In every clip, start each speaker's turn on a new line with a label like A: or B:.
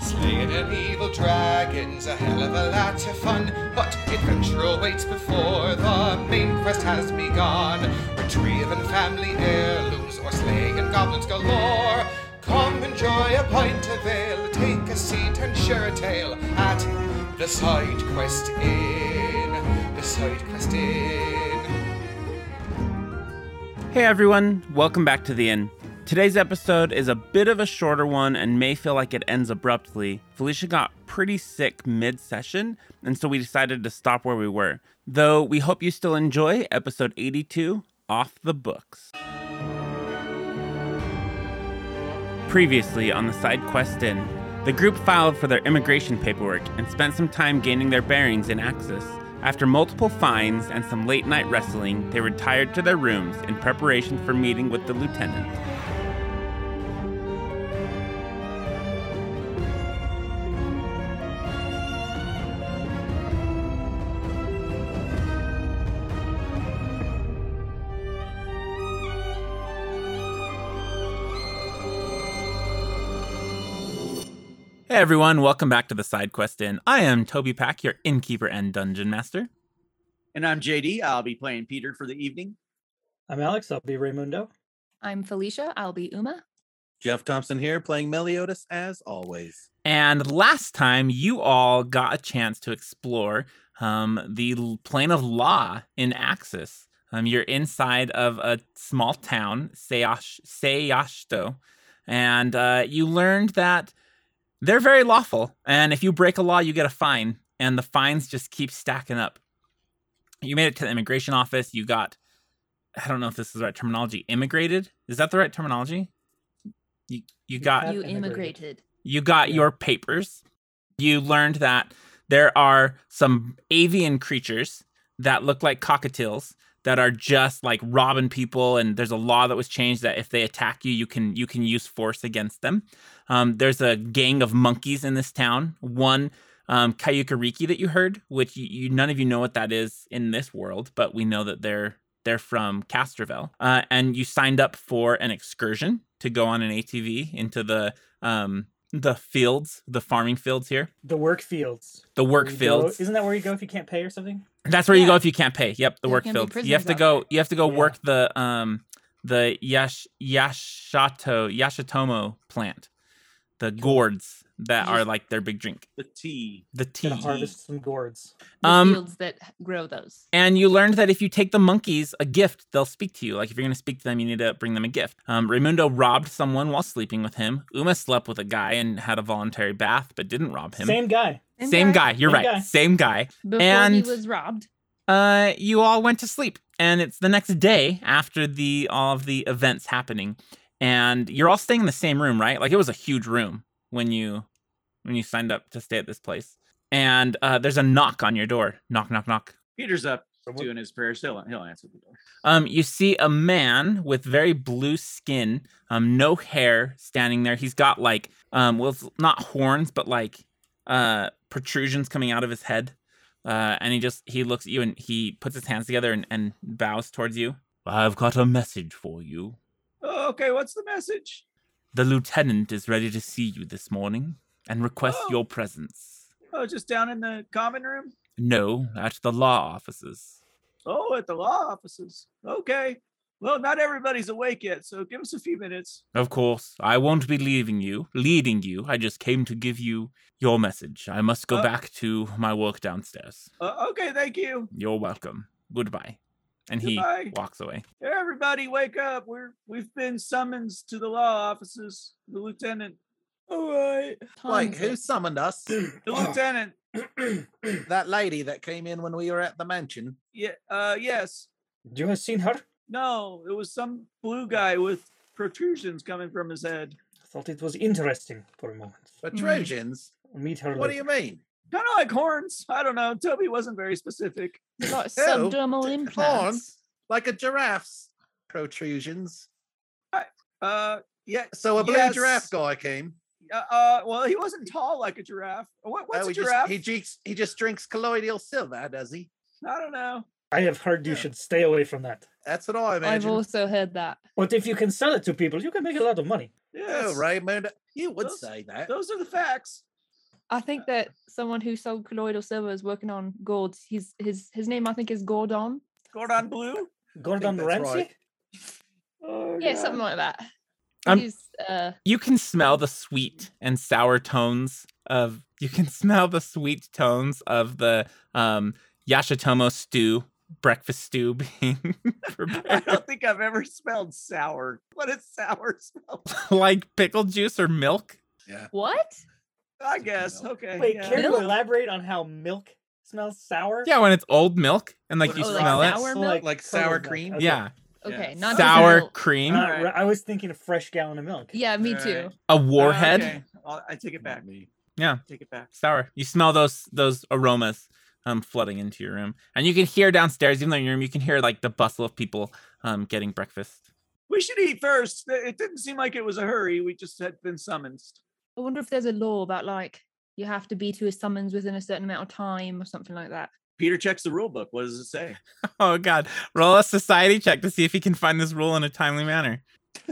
A: Slaying an evil dragon's a hell of a lot of fun, but adventure awaits before the main quest has begun. Retrieving family heirlooms or slaying goblins galore. Come enjoy a pint of ale, take a seat and share a tale at the Side Quest Inn. The Side Quest Inn.
B: Hey everyone, welcome back to the inn. Today's episode is a bit of a shorter one and may feel like it ends abruptly. Felicia got pretty sick mid session, and so we decided to stop where we were. Though we hope you still enjoy episode 82 Off the Books. Previously on the side quest in, the group filed for their immigration paperwork and spent some time gaining their bearings in Axis. After multiple fines and some late night wrestling, they retired to their rooms in preparation for meeting with the lieutenant. Hey everyone, welcome back to the Side Quest Inn. I am Toby Pack, your innkeeper and dungeon master.
C: And I'm JD. I'll be playing Peter for the evening.
D: I'm Alex. I'll be Raymundo.
E: I'm Felicia. I'll be Uma.
F: Jeff Thompson here playing Meliodas as always.
B: And last time you all got a chance to explore um, the l- plane of law in Axis. Um, you're inside of a small town, Seyash, Seyashto, and uh, you learned that they're very lawful. And if you break a law, you get a fine, and the fines just keep stacking up. You made it to the immigration office. You got, I don't know if this is the right terminology, immigrated. Is that the right terminology? You, you got
D: Have
E: you
D: immigrated.
E: immigrated.
B: you got
D: Yeah.
B: your papers. You learned that there are some avian creatures that look like cockatiels that are just like robbing people and there's a law that was changed that if they attack you you can you can use force against them um, there's a gang of monkeys in this town one um, kayukariki that you heard which you, you none of you know what that is in this world but we know that they're they're from Castroville. Uh, and you signed up for an excursion to go on an ATV into the um, the fields, the farming fields here,
D: The work fields.
B: the
D: where
B: work
D: you go-
B: fields.
D: Isn't that where you go if you can't pay or something?
B: That's where you go
E: Yeah.
B: if you can't pay. Yep, the
E: You
B: work
E: can be
B: fields. You
E: prisoners
B: have to
E: out
B: go. You have to go
D: Yeah.
B: work the um the Yash Yashato Yashitomo plant, the gourds that are
C: Yes.
B: like their big drink,
C: The tea.
B: the
D: Gonna
B: tea.
D: harvest some gourds.
E: The
B: Um,
E: fields that h- grow those.
B: And you learned that if you take the monkeys a gift, they'll speak to you. Like if you're going to speak to them, you need to bring them a gift. Um, Raimundo robbed someone while sleeping with him. Uma slept with a guy and had a voluntary bath, but didn't rob him.
D: Same guy.
B: Same guy. You're
D: Same
B: right.
D: guy.
B: Same guy.
E: Before
B: and-
E: he was robbed.
B: Uh, you all went to sleep, and it's the next day after the all of the events happening, and you're all staying in the same room, right? Like it was a huge room when you when you signed up to stay at this place. And uh, there's a knock on your door. Knock, knock, knock.
C: Peter's up
D: Someone-
C: doing his prayers. He'll, he'll answer the door.
B: Um, you see a man with very blue skin, um, no hair, standing there. He's got like, um, well, it's not horns, but like, uh, protrusions coming out of his head. Uh, and he just he looks at you and he puts his hands together and, and bows towards you. I've got a message for you.
C: "Oh, okay, what's the message?
B: The lieutenant is ready to see you this morning and requests
C: Oh.
B: your presence.
C: Oh, just down in the common room?
B: No, at the law offices.
C: Oh, at the law offices. Okay. Well, not everybody's awake yet, so give us a few minutes.
B: Of course, I won't be leaving you, leading you. I just came to give you your message. I must go
C: Oh.
B: back to my work downstairs.
C: Uh, okay, thank you.
B: You're welcome. Goodbye. And he
C: Goodbye.
B: walks away.
C: Everybody wake up. We're we've been summoned to the law offices. The lieutenant.
F: All right. Like
E: Tons
F: who
E: of-
F: summoned us?
C: The lieutenant.
D: Do
F: that lady that came in when we were at the mansion.
C: Yeah, uh yes.
D: you have seen her?
C: No, it was some blue guy with protrusions coming from his head.
D: I thought it was interesting for a moment.
F: But
E: Mm.
C: Mm-hmm.
F: Trojans?
D: I'll meet her
F: What do
D: later.
F: you mean?
C: kind of like horns. I don't know. Toby wasn't very specific.
E: Got
F: Ew,
E: subdermal implants.
F: Like a giraffe's protrusions.
C: Uh, yeah.
F: So a blue
C: Yes.
F: giraffe guy came.
C: Uh, uh, well, he wasn't tall like a giraffe. What, what's
F: Oh,
C: a
F: he just-
C: giraffe?
F: he, drinks, he just drinks colloidal silver, does he?
C: I don't know.
F: Oh,
D: I have heard you
F: Yeah.
D: should stay away from that.
F: That's what I
E: I've
F: imagine.
E: also heard that.
D: But if you can sell it to people, you can make a lot of money.
C: Yes.
F: Oh, Raymond, you would
C: Those-
F: say that.
C: Those are the facts.
G: I think that someone who sold colloidal silver is working on Gord's. His his his name I think is Gordon.
C: Gordon Blue.
D: Gordon
F: that's
D: Ramsay?
F: right.
C: Oh,
G: Yeah,
C: God.
G: something like that.
B: I'm-
G: He's uh
B: you can smell the sweet and sour tones of you can smell the sweet tones of the um yashitomo stew breakfast stew being
C: I
B: prepared
C: don't think I've ever smelled sour. What a sour smell.
B: like pickle juice or milk
E: What?
C: I guess. Okay.
D: Wait,
C: yeah.
D: can you
E: Milk?
D: elaborate on how milk smells sour?
B: yeah when it's old milk and like you
E: Oh, like
B: smell it
E: sour
D: So,
E: milk?
F: Like sour
D: curdled milk.
F: cream?
D: Okay.
B: yeah
E: Okay,
F: Yeah.
E: not
B: sour
E: Just milk.
B: cream
D: Uh,
C: Alright.
D: right, I was thinking a fresh gallon of milk.
G: yeah, me too.
F: Alright.
B: a
C: Uh,
B: warhead
C: okay. I'll- I take it back. Take it back.
B: sour you smell those those aromas um flooding into your room and you can hear downstairs even though in your room you can hear like the bustle of people um getting breakfast
C: We should eat first. Th- It didn't seem like it was a hurry. We just had been summoned.
G: I wonder if there's a law about like you have to be to a summons within a certain amount of time or something like that.
C: Peter checks the rule book. What does it say?
B: oh god roll a society check to see if you can find this rule in a timely manner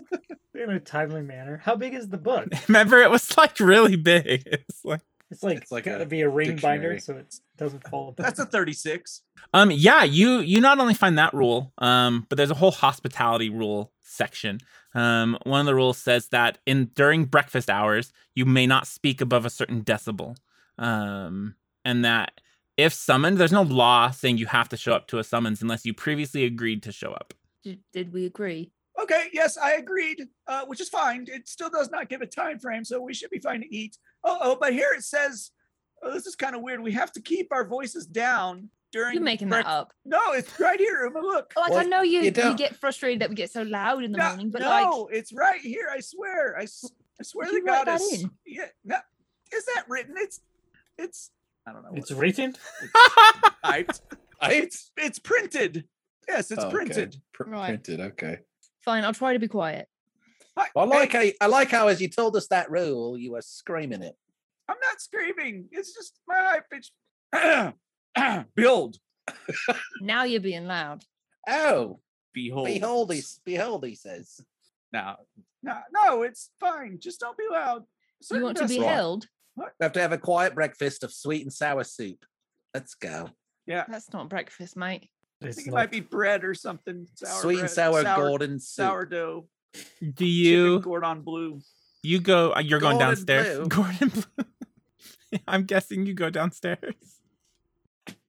D: In a timely manner. How big is the book?
B: Remember, it was like really big. It's like,
D: It's like,
F: It's like
D: gotta
F: a
D: be a ring
F: dictionary.
D: binder, so it doesn't fall apart.
C: That's a 36.
B: um, yeah, you you not only find that rule, um, but there's a whole hospitality rule section. Um, one of the rules says that in during breakfast hours, you may not speak above a certain decibel, um, and that if summoned, there's no law saying you have to show up to a summons unless you previously agreed to show up.
G: Did, did we agree?
C: Okay, yes, I agreed, uh, which is fine. It still does not give a time frame, so we should be fine to eat. Oh, oh, but here it says, oh, this is kind of weird. We have to keep our voices down during.
G: You're making
C: break-
G: that up.
C: No, it's right here. Uma, look.
G: Like I
F: Well,
G: know you,
F: you
G: you,
F: don't-
G: get frustrated that we get so loud in the
C: no,
G: morning, but
C: no, it's right here. I swear. I, s- I swear
G: Did
C: to
G: you write
C: God.
G: that
C: it's-
G: in?
C: Yeah, no, is that written? It's, it's. I don't know. what
D: It's
C: it-
D: written?
C: typed. It's it's printed. Yes, it's
F: Oh, okay.
C: printed.
F: Pr-
G: Right.
F: Printed. Okay.
G: like fine, I'll try to be quiet.
C: I,
F: I like
C: hey,
F: how I like how as you told us that rule, you were screaming it.
C: I'm not screaming. It's just my high pitch. Build.
G: Now you're being loud.
F: Oh,
C: Behold.
F: behold, he s- behold, he says.
C: No, no, no. It's fine. Just don't be loud.
G: you
C: Certain
G: want to be
C: decibel.
G: held?
F: We have to have a quiet breakfast of sweet and sour soup. Let's go.
C: Yeah,
G: That's not breakfast, mate.
C: I
D: It's
C: think it
D: not-
C: might be bread or something. Sour
F: sweet
C: bread,
F: and sour, Gordon soup.
C: sourdough.
B: Do
C: You
B: you
C: Gordon Blue.
B: you go? uh, You're going
F: Gordon
B: downstairs,
F: Blue.
B: Gordon. Blue. I'm guessing you go downstairs.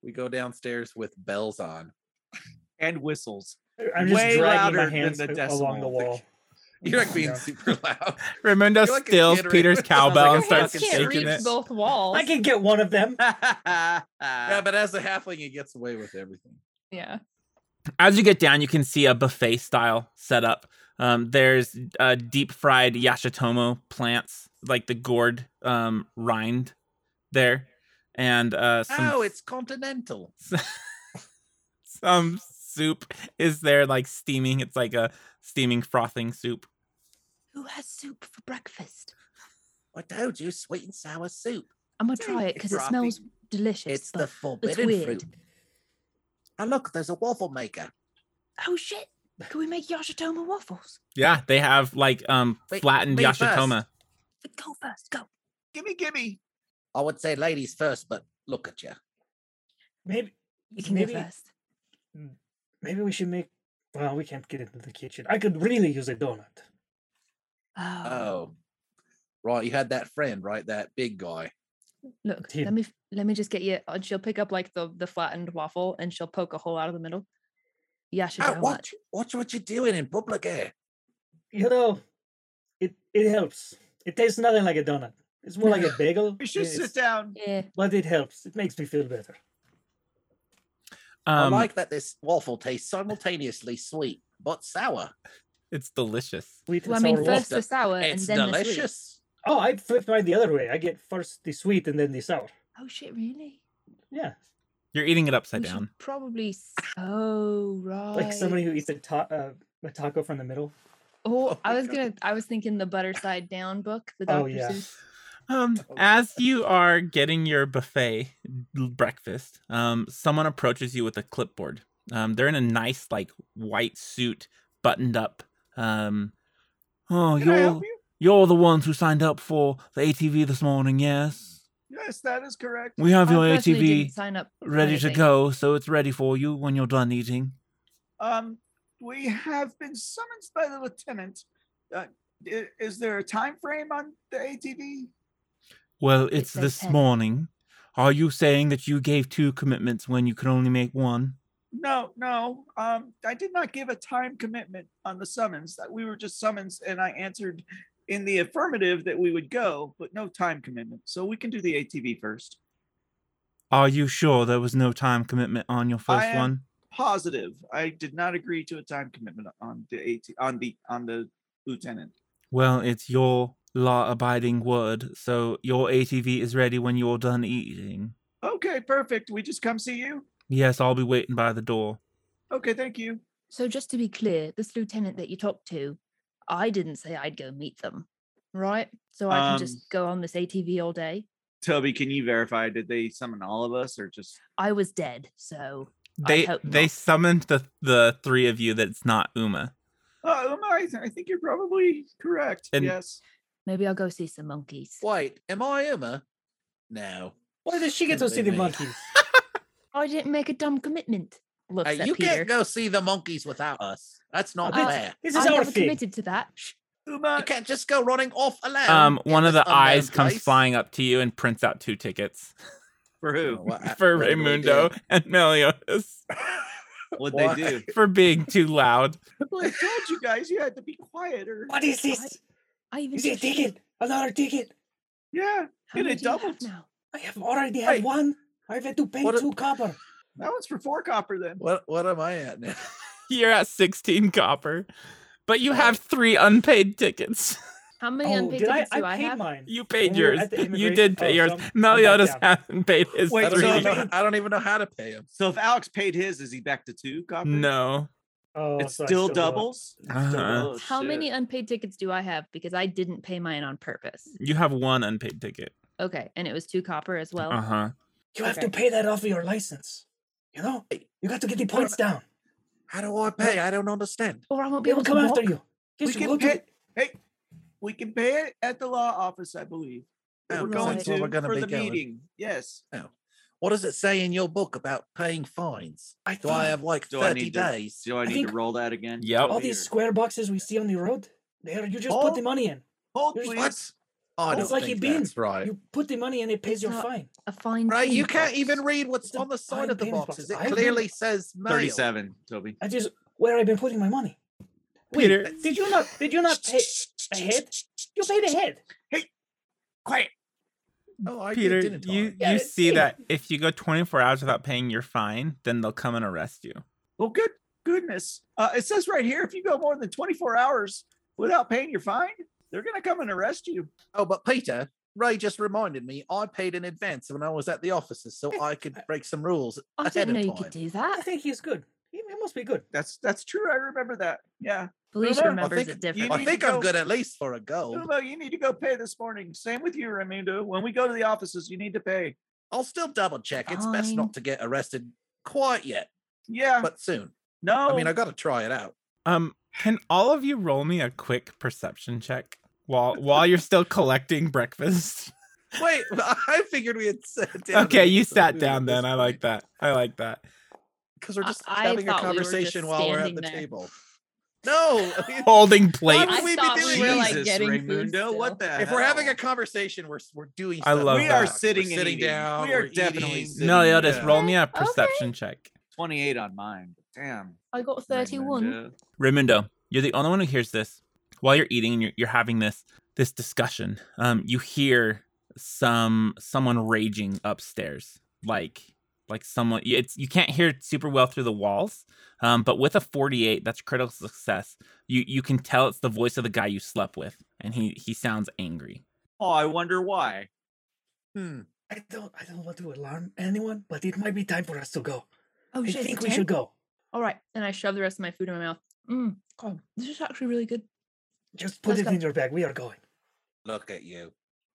F: We go downstairs with bells on.
C: And whistles.
D: I'm just
C: way
D: dragging
C: louder
D: my
C: than
D: hands
C: the
D: a- along the
C: decimal
D: wall.
F: You're like being
D: Yeah.
F: super loud.
B: Raimundo
F: You're like a
B: steals
F: kid right
B: Peter's
F: now.
B: cowbell
F: Sounds
B: and
F: like a
B: starts
G: hands
F: fucking
G: can't
B: shaking
G: reach
B: it.
G: both walls.
D: I can get one of them.
F: yeah, but as a halfling, he gets away with everything.
G: Yeah.
B: As you get down, you can see a buffet style setup. Um, there's uh, deep fried yashitomo plants, like the gourd um, rind there, and uh, some,
F: Oh, it's continental.
B: some soup is there, like steaming. It's like a steaming frothing soup.
G: Who has soup for breakfast?
F: I told you, sweet and sour soup.
G: I'm gonna
F: It's
G: try it
F: really
G: because it
F: frothy.
G: smells delicious.
F: It's the
G: but-
F: forbidden
G: weird.
F: fruit. Oh, look, there's a waffle maker.
G: oh shit! Can we make Yashitoma waffles?
B: Yeah, they have like um,
F: Wait,
B: flattened
F: me first.
B: yashitoma.
G: Go first. Go.
C: gimme, gimme.
F: I would say ladies first, but look at you.
D: Maybe
G: You can
D: Maybe-
G: go first.
D: maybe we should make. Well, we can't get into the kitchen. I could really use a donut.
G: Oh,
F: Oh, right. You had that friend, right? That big guy.
G: look.
D: Tim.
G: Let me f- let me just get you. uh, she'll pick up like the the flattened waffle and she'll poke a hole out of the middle.
F: Oh,
G: Yashitoma.
F: watch, watch what you're doing in public here.
D: You know, it it helps. It tastes nothing like a donut. It's more like a bagel.
C: You should
D: it's-
C: sit down.
G: Yeah.
D: But it helps. It makes me feel better.
F: I
B: Um,
F: like that this waffle tastes simultaneously sweet but sour.
B: it's delicious.
D: Sweet and
G: Well, I mean,
D: sour waffle.
G: first the sour
F: It's
G: and then the sweet.
F: delicious.
D: Oh, I flipped mine the other way. I get first the sweet and then the sour.
G: Oh shit! Really?
D: Yeah,
B: You're eating it upside
G: we should
B: down.
G: probably. s- Oh right.
D: like somebody who eats a, ta- uh, a taco from the middle.
G: Oh,
F: my
G: I was
F: God.
G: gonna. I was thinking the butter side down book. The
D: Oh,
G: Dr.
D: yeah.
G: Seuss.
B: Um,
F: Oh.
B: as you are getting your buffet l- breakfast, um, someone approaches you with a clipboard. Um, they're in a nice, like, white suit, buttoned up. Um, oh,
C: Can I
B: you're
C: help you?
B: you're the ones who signed up for the ATV this morning, yes?
C: Yes, that is correct.
B: We have
G: I
B: your
G: personally didn't
B: ATV
G: sign up. for
B: ready to
G: anything.
B: go, so it's ready for you when you're done eating.
C: Um, we have been summoned by the lieutenant. Uh, i- is there a time frame on the ATV?
B: Well, it's
G: says
B: this
G: 10.
B: morning. Are you saying that you gave two commitments when you could only make one?
C: No, no. Um, I did not give a time commitment on the summons. That we were just summons, and I answered in the affirmative that we would go, but no time commitment. So we can do the ATV first.
B: Are you sure there was no time commitment on your first
C: I am-
B: one?
C: Positive. I did not agree to a time commitment on the AT on the on the lieutenant.
B: Well, it's your law abiding word, so your ATV is ready when you're done eating.
C: Okay, perfect. We just come see you.
B: Yes, I'll be waiting by the door.
C: Okay, thank you.
G: So just to be clear, this lieutenant that you talked to, I didn't say I'd go meet them, right? So I can
C: Um,
G: just go on this ATV all day.
C: Toby, can you verify? Did they summon all of us or just
G: I was dead, so
B: They
G: hope
B: they
G: not.
B: summoned the the three of you that's not Uma.
C: Oh, am I, I think you're probably correct.
B: And-
C: yes.
G: maybe I'll go see some monkeys.
F: Wait, am I Uma? No.
D: Why does she get to
F: Shouldn't
D: see
F: be
D: the
F: me.
D: monkeys?
G: I didn't make a dumb commitment. Looks
F: Hey,
G: at
F: Uh, you
G: Peter.
F: can't go see the monkeys without us. That's not
G: Uh,
F: fair.
D: This
G: I
D: is our
G: never
D: thing.
G: committed to that. Shh.
F: You
C: Uma,
F: can't just go running off alone.
B: Um,
F: in
B: one of
F: this
B: the eyes
F: unknown
B: comes
F: place.
B: flying up to you and prints out two tickets
C: for
F: Oh,
C: who?
F: what-
B: for
F: what do we
B: Raimundo
F: do?
B: and Meliodas
C: What'd
F: Why?
C: they do?
B: for being too loud.
C: Well, I told you guys you had to be quieter.
D: What is this?
G: I even
D: Is it a
G: just-
D: ticket? Another ticket?
C: Yeah,
G: How
C: And
G: many
C: it
G: do you have
C: doubled.
G: now?
D: I have already had
F: Wait.
D: one. I've had to pay
F: What a-
D: two copper.
C: that one's for four copper then.
F: What what am I at now?
B: You're at sixteen copper, but you have three unpaid tickets.
G: How many
D: oh,
G: unpaid
D: did I?
G: tickets
D: I
G: do I
D: paid
G: have?
D: mine.
B: You paid
D: When we were
B: yours.
D: at the
B: You
D: immigrate-
B: did pay
D: oh,
B: yours.
D: so I'm- I'm back
B: Meliodas
D: down.
B: hasn't paid his
C: Wait,
F: I, don't
B: three.
C: so
F: even
C: Really?
F: know, I don't even know how to pay him.
C: So if Alex paid his, is he back to two copper?
B: No.
D: Oh,
C: It's
D: so I
C: still
D: do it.
C: doubles. It's
B: Uh-huh.
C: still doubles.
G: How
C: Shit.
G: many unpaid tickets do I have? Because I didn't pay mine on purpose.
B: You have one unpaid ticket.
G: Okay, and it was two copper as well.
B: Uh huh.
D: You have to
G: Okay.
D: pay that off of your license. You know, you got to get the points down.
F: How do I pay? I don't understand.
G: Or I won't be
D: They
G: able
D: will
G: to
D: come
G: walk.
D: after you.
C: We
D: Yes, you
C: can
D: go to-
C: pay. Hey, we can pay it at the law office, I believe. that
F: Oh,
C: we're
G: Right.
C: going
F: that's where
C: to
F: we're gonna
C: for
F: be
C: the
F: going.
C: meeting. Yes.
F: What does it say in your book about paying fines?
D: I
F: Do I
D: think-
F: have like
C: Do I
F: 30
C: need to-
F: days?
C: Do I need
D: think
C: to roll that again?
B: Yep.
D: all
C: Toby,
D: these
C: or-
D: square boxes we see on the road? There, you just
C: Oh.
D: put the money in.
C: Hold
D: Here's
C: please.
F: What? I
D: It's
F: don't
D: like a
F: think
D: bean.
F: that's right.
D: You put the money and it pays
G: It's
D: your
G: not-
D: fine.
G: A fine.
F: Right, you
G: payment
F: can't
G: box.
F: even read what's
D: It's a
F: on the side
D: fine
F: of the
D: payment
F: boxes.
D: box. I
F: It
D: don't-
F: clearly says mail.
C: Thirty-seven, Toby.
D: I just where I've been putting my money.
B: Peter.
D: did you not? Did you not pay ahead? You paid ahead.
C: Quiet.
F: Oh, I did,
B: Peter,
F: didn't I?
B: you,
D: Yeah,
B: you
D: it's
B: see
D: me.
B: that if you go 24 hours without paying your fine, then they'll come and arrest you.
C: Well, good goodness. Uh, it says right here if you go more than 24 hours without paying your fine, they're going to come and arrest you.
F: Oh, but Peter, Ray just reminded me I paid in advance when I was at the offices, so I could break some rules.
G: I
F: ahead
G: didn't know
F: of
G: you could
F: time.
G: do
D: I
G: that.
D: think he's good. He, he must be good.
C: That's that's true. I remember that. Yeah.
G: Felicia
C: Uma, I
G: remembers
F: think-
G: it
F: you
G: differently.
F: I
C: need to
F: think I'm
C: go-
F: good at least for a goal.
C: Umo, you need to go pay this morning. Same with you, Raimundo. When we go to the offices, you need to pay.
F: I'll still double check. It's best
G: Fine.
F: not to get arrested quite yet,
C: Yeah.
F: but soon.
C: no.
F: I mean, I got to try it out.
B: Um, can all of you roll me a quick perception check while while you're still collecting breakfast?
F: Wait, I figured we had sat down.
B: okay, you sat down then. I like that. I like that.
F: because we're
G: I-
F: just
G: I
F: having a
G: thought we were just
F: conversation while we're at
G: standing
F: the
G: there.
F: table. No, I mean,
B: Holding plates.
F: Why would
G: I
F: we be
G: thought
F: doing
G: we were like
C: Jesus,
E: getting food
C: Raimundo,
E: still.
C: what the
F: if we're having a
C: hell?
F: conversation, we're s- we're doing.
B: I
F: stuff.
B: love
C: we
B: that.
C: are
B: We're
C: sitting and
F: We're sitting
C: eating.
F: down.
C: We are
F: we're
C: definitely
F: eating.
C: sitting.
B: Meliodas,
C: Yeah.
B: roll me a
G: Okay, okay.
B: perception check.
C: 28 on mine. Damn.
G: I got 31.
C: Raimundo.
B: Raimundo, you're the only one who hears this. While you're eating and you're, you're having this this discussion, um, you hear some someone raging upstairs, like like someone. It's you can't hear it super well through the walls, um, but with a 48, that's critical success. You you can tell it's the voice of the guy you slept with, and he he sounds angry.
C: Oh, I wonder why.
F: Hmm.
D: I don't. I don't want to alarm anyone, but it might be time for us to go.
G: Oh,
D: I
G: shit. it's
D: think
G: a
D: we should
G: 10?
D: go.
G: All right. And I shove the rest of my food in my mouth. Mm, God, this is actually really good.
D: Just put
G: Let's
D: it
G: go.
D: in your bag. We are going.
F: Look at you.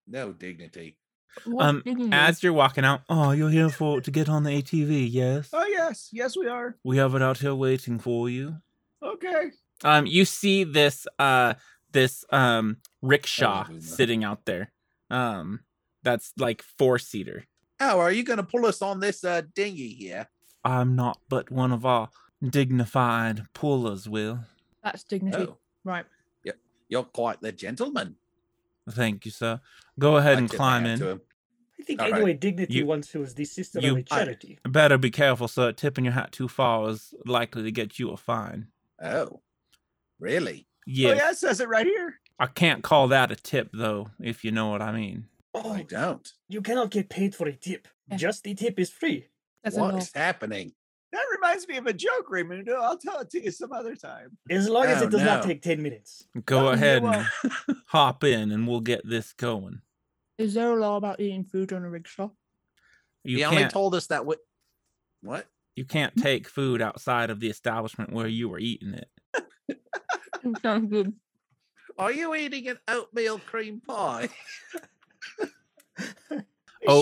F: No dignity.
G: What
B: Um,
G: dignity.
B: As you're walking out, oh, you're here for to get on the ATV, yes?
C: Oh, yes. Yes, we are.
B: We have it out here waiting for you.
C: Okay.
B: Um, you see this uh this um rickshaw
F: That was Uma.
B: sitting out there. Um, that's like four seater.
F: How are you going to pull us on this uh, dinghy here?
B: I'm not but one of our dignified pullers, Will.
G: That's dignity.
F: Oh,
G: Right.
F: you're quite the gentleman.
B: Thank you, sir. Go ahead
F: I
B: and
F: tip my
B: climb
F: hat
B: in.
F: to him.
D: I think
F: All right.
D: anyway, Dignity
B: You-
D: once was the sister
B: you-
D: of a
F: I-
D: charity.
B: Better be careful, sir. Tipping your hat too far is likely to get you a fine.
F: Oh, really?
B: Yes.
C: Oh yeah, it says it right here.
B: I can't call that a tip, though, if you know what I mean.
D: Oh,
F: I don't.
D: you cannot get paid for a tip.
E: Yeah.
D: Just a tip is free.
E: That's
F: what
E: a
F: is happening?
C: That reminds me of a joke, Raimundo. I'll tell it to you some other time.
D: As long as
F: Oh,
D: it does not
F: no.
D: take 10 minutes.
B: Go
C: Oh, you
B: ahead and
C: are-
B: hop in, and we'll get this going.
E: Is there a law about eating food on a rickshaw?
B: You
F: he only
B: can't.
F: told us that. Wi- what?
B: you can't take food outside of the establishment where you were eating it.
G: Sounds good.
F: Are you eating an oatmeal cream pie?
C: It sure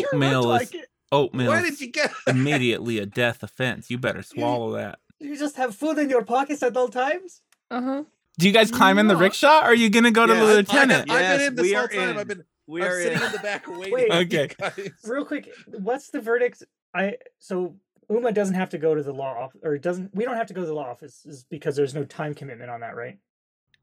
C: looked
B: Oatmeal is-
C: like it.
B: Oatmeal
F: Where
B: is
F: did you get?
B: immediately a death offense. You better swallow that.
D: You just have food in your pockets at all times?
G: Uh huh.
B: Do you guys climb in the
G: No.
B: rickshaw? Or are you gonna go to
C: Yes,
B: the
C: I-
B: lieutenant?
F: I've been
C: Yes,
F: in this
C: we
F: whole
C: are
F: time.
C: in.
F: I've been.
C: We
F: I'm
C: are
F: sitting
C: in.
F: in the back waiting.
D: Wait.
B: Okay.
D: Real quick, what's the verdict? I so Uma doesn't have to go to the law office, or doesn't we don't have to go to the law office is because there's no time commitment on that, right?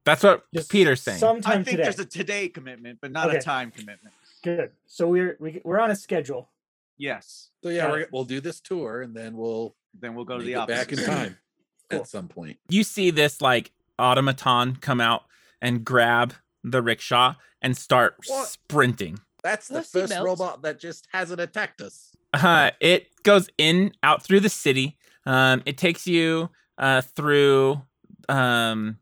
B: That's what
D: Just
B: Peter's saying.
C: I
D: Sometime
C: think
D: today.
C: there's a today commitment, but not
D: Okay.
C: a time commitment.
D: Good. So we're we, we're on a schedule.
C: Yes.
F: So yeah, we're, we'll do this tour and then we'll
C: Then we'll go to
F: make
C: the
F: it
C: office.
F: back in time
D: Cool.
F: at some point.
B: you see this like automaton come out and grab the rickshaw and start
F: What?
B: sprinting.
F: That's the
E: Your
F: first
E: seatbelt.
F: robot that just hasn't attacked us.
B: Uh, it goes in out through the city. Um, it takes you uh, through. Um,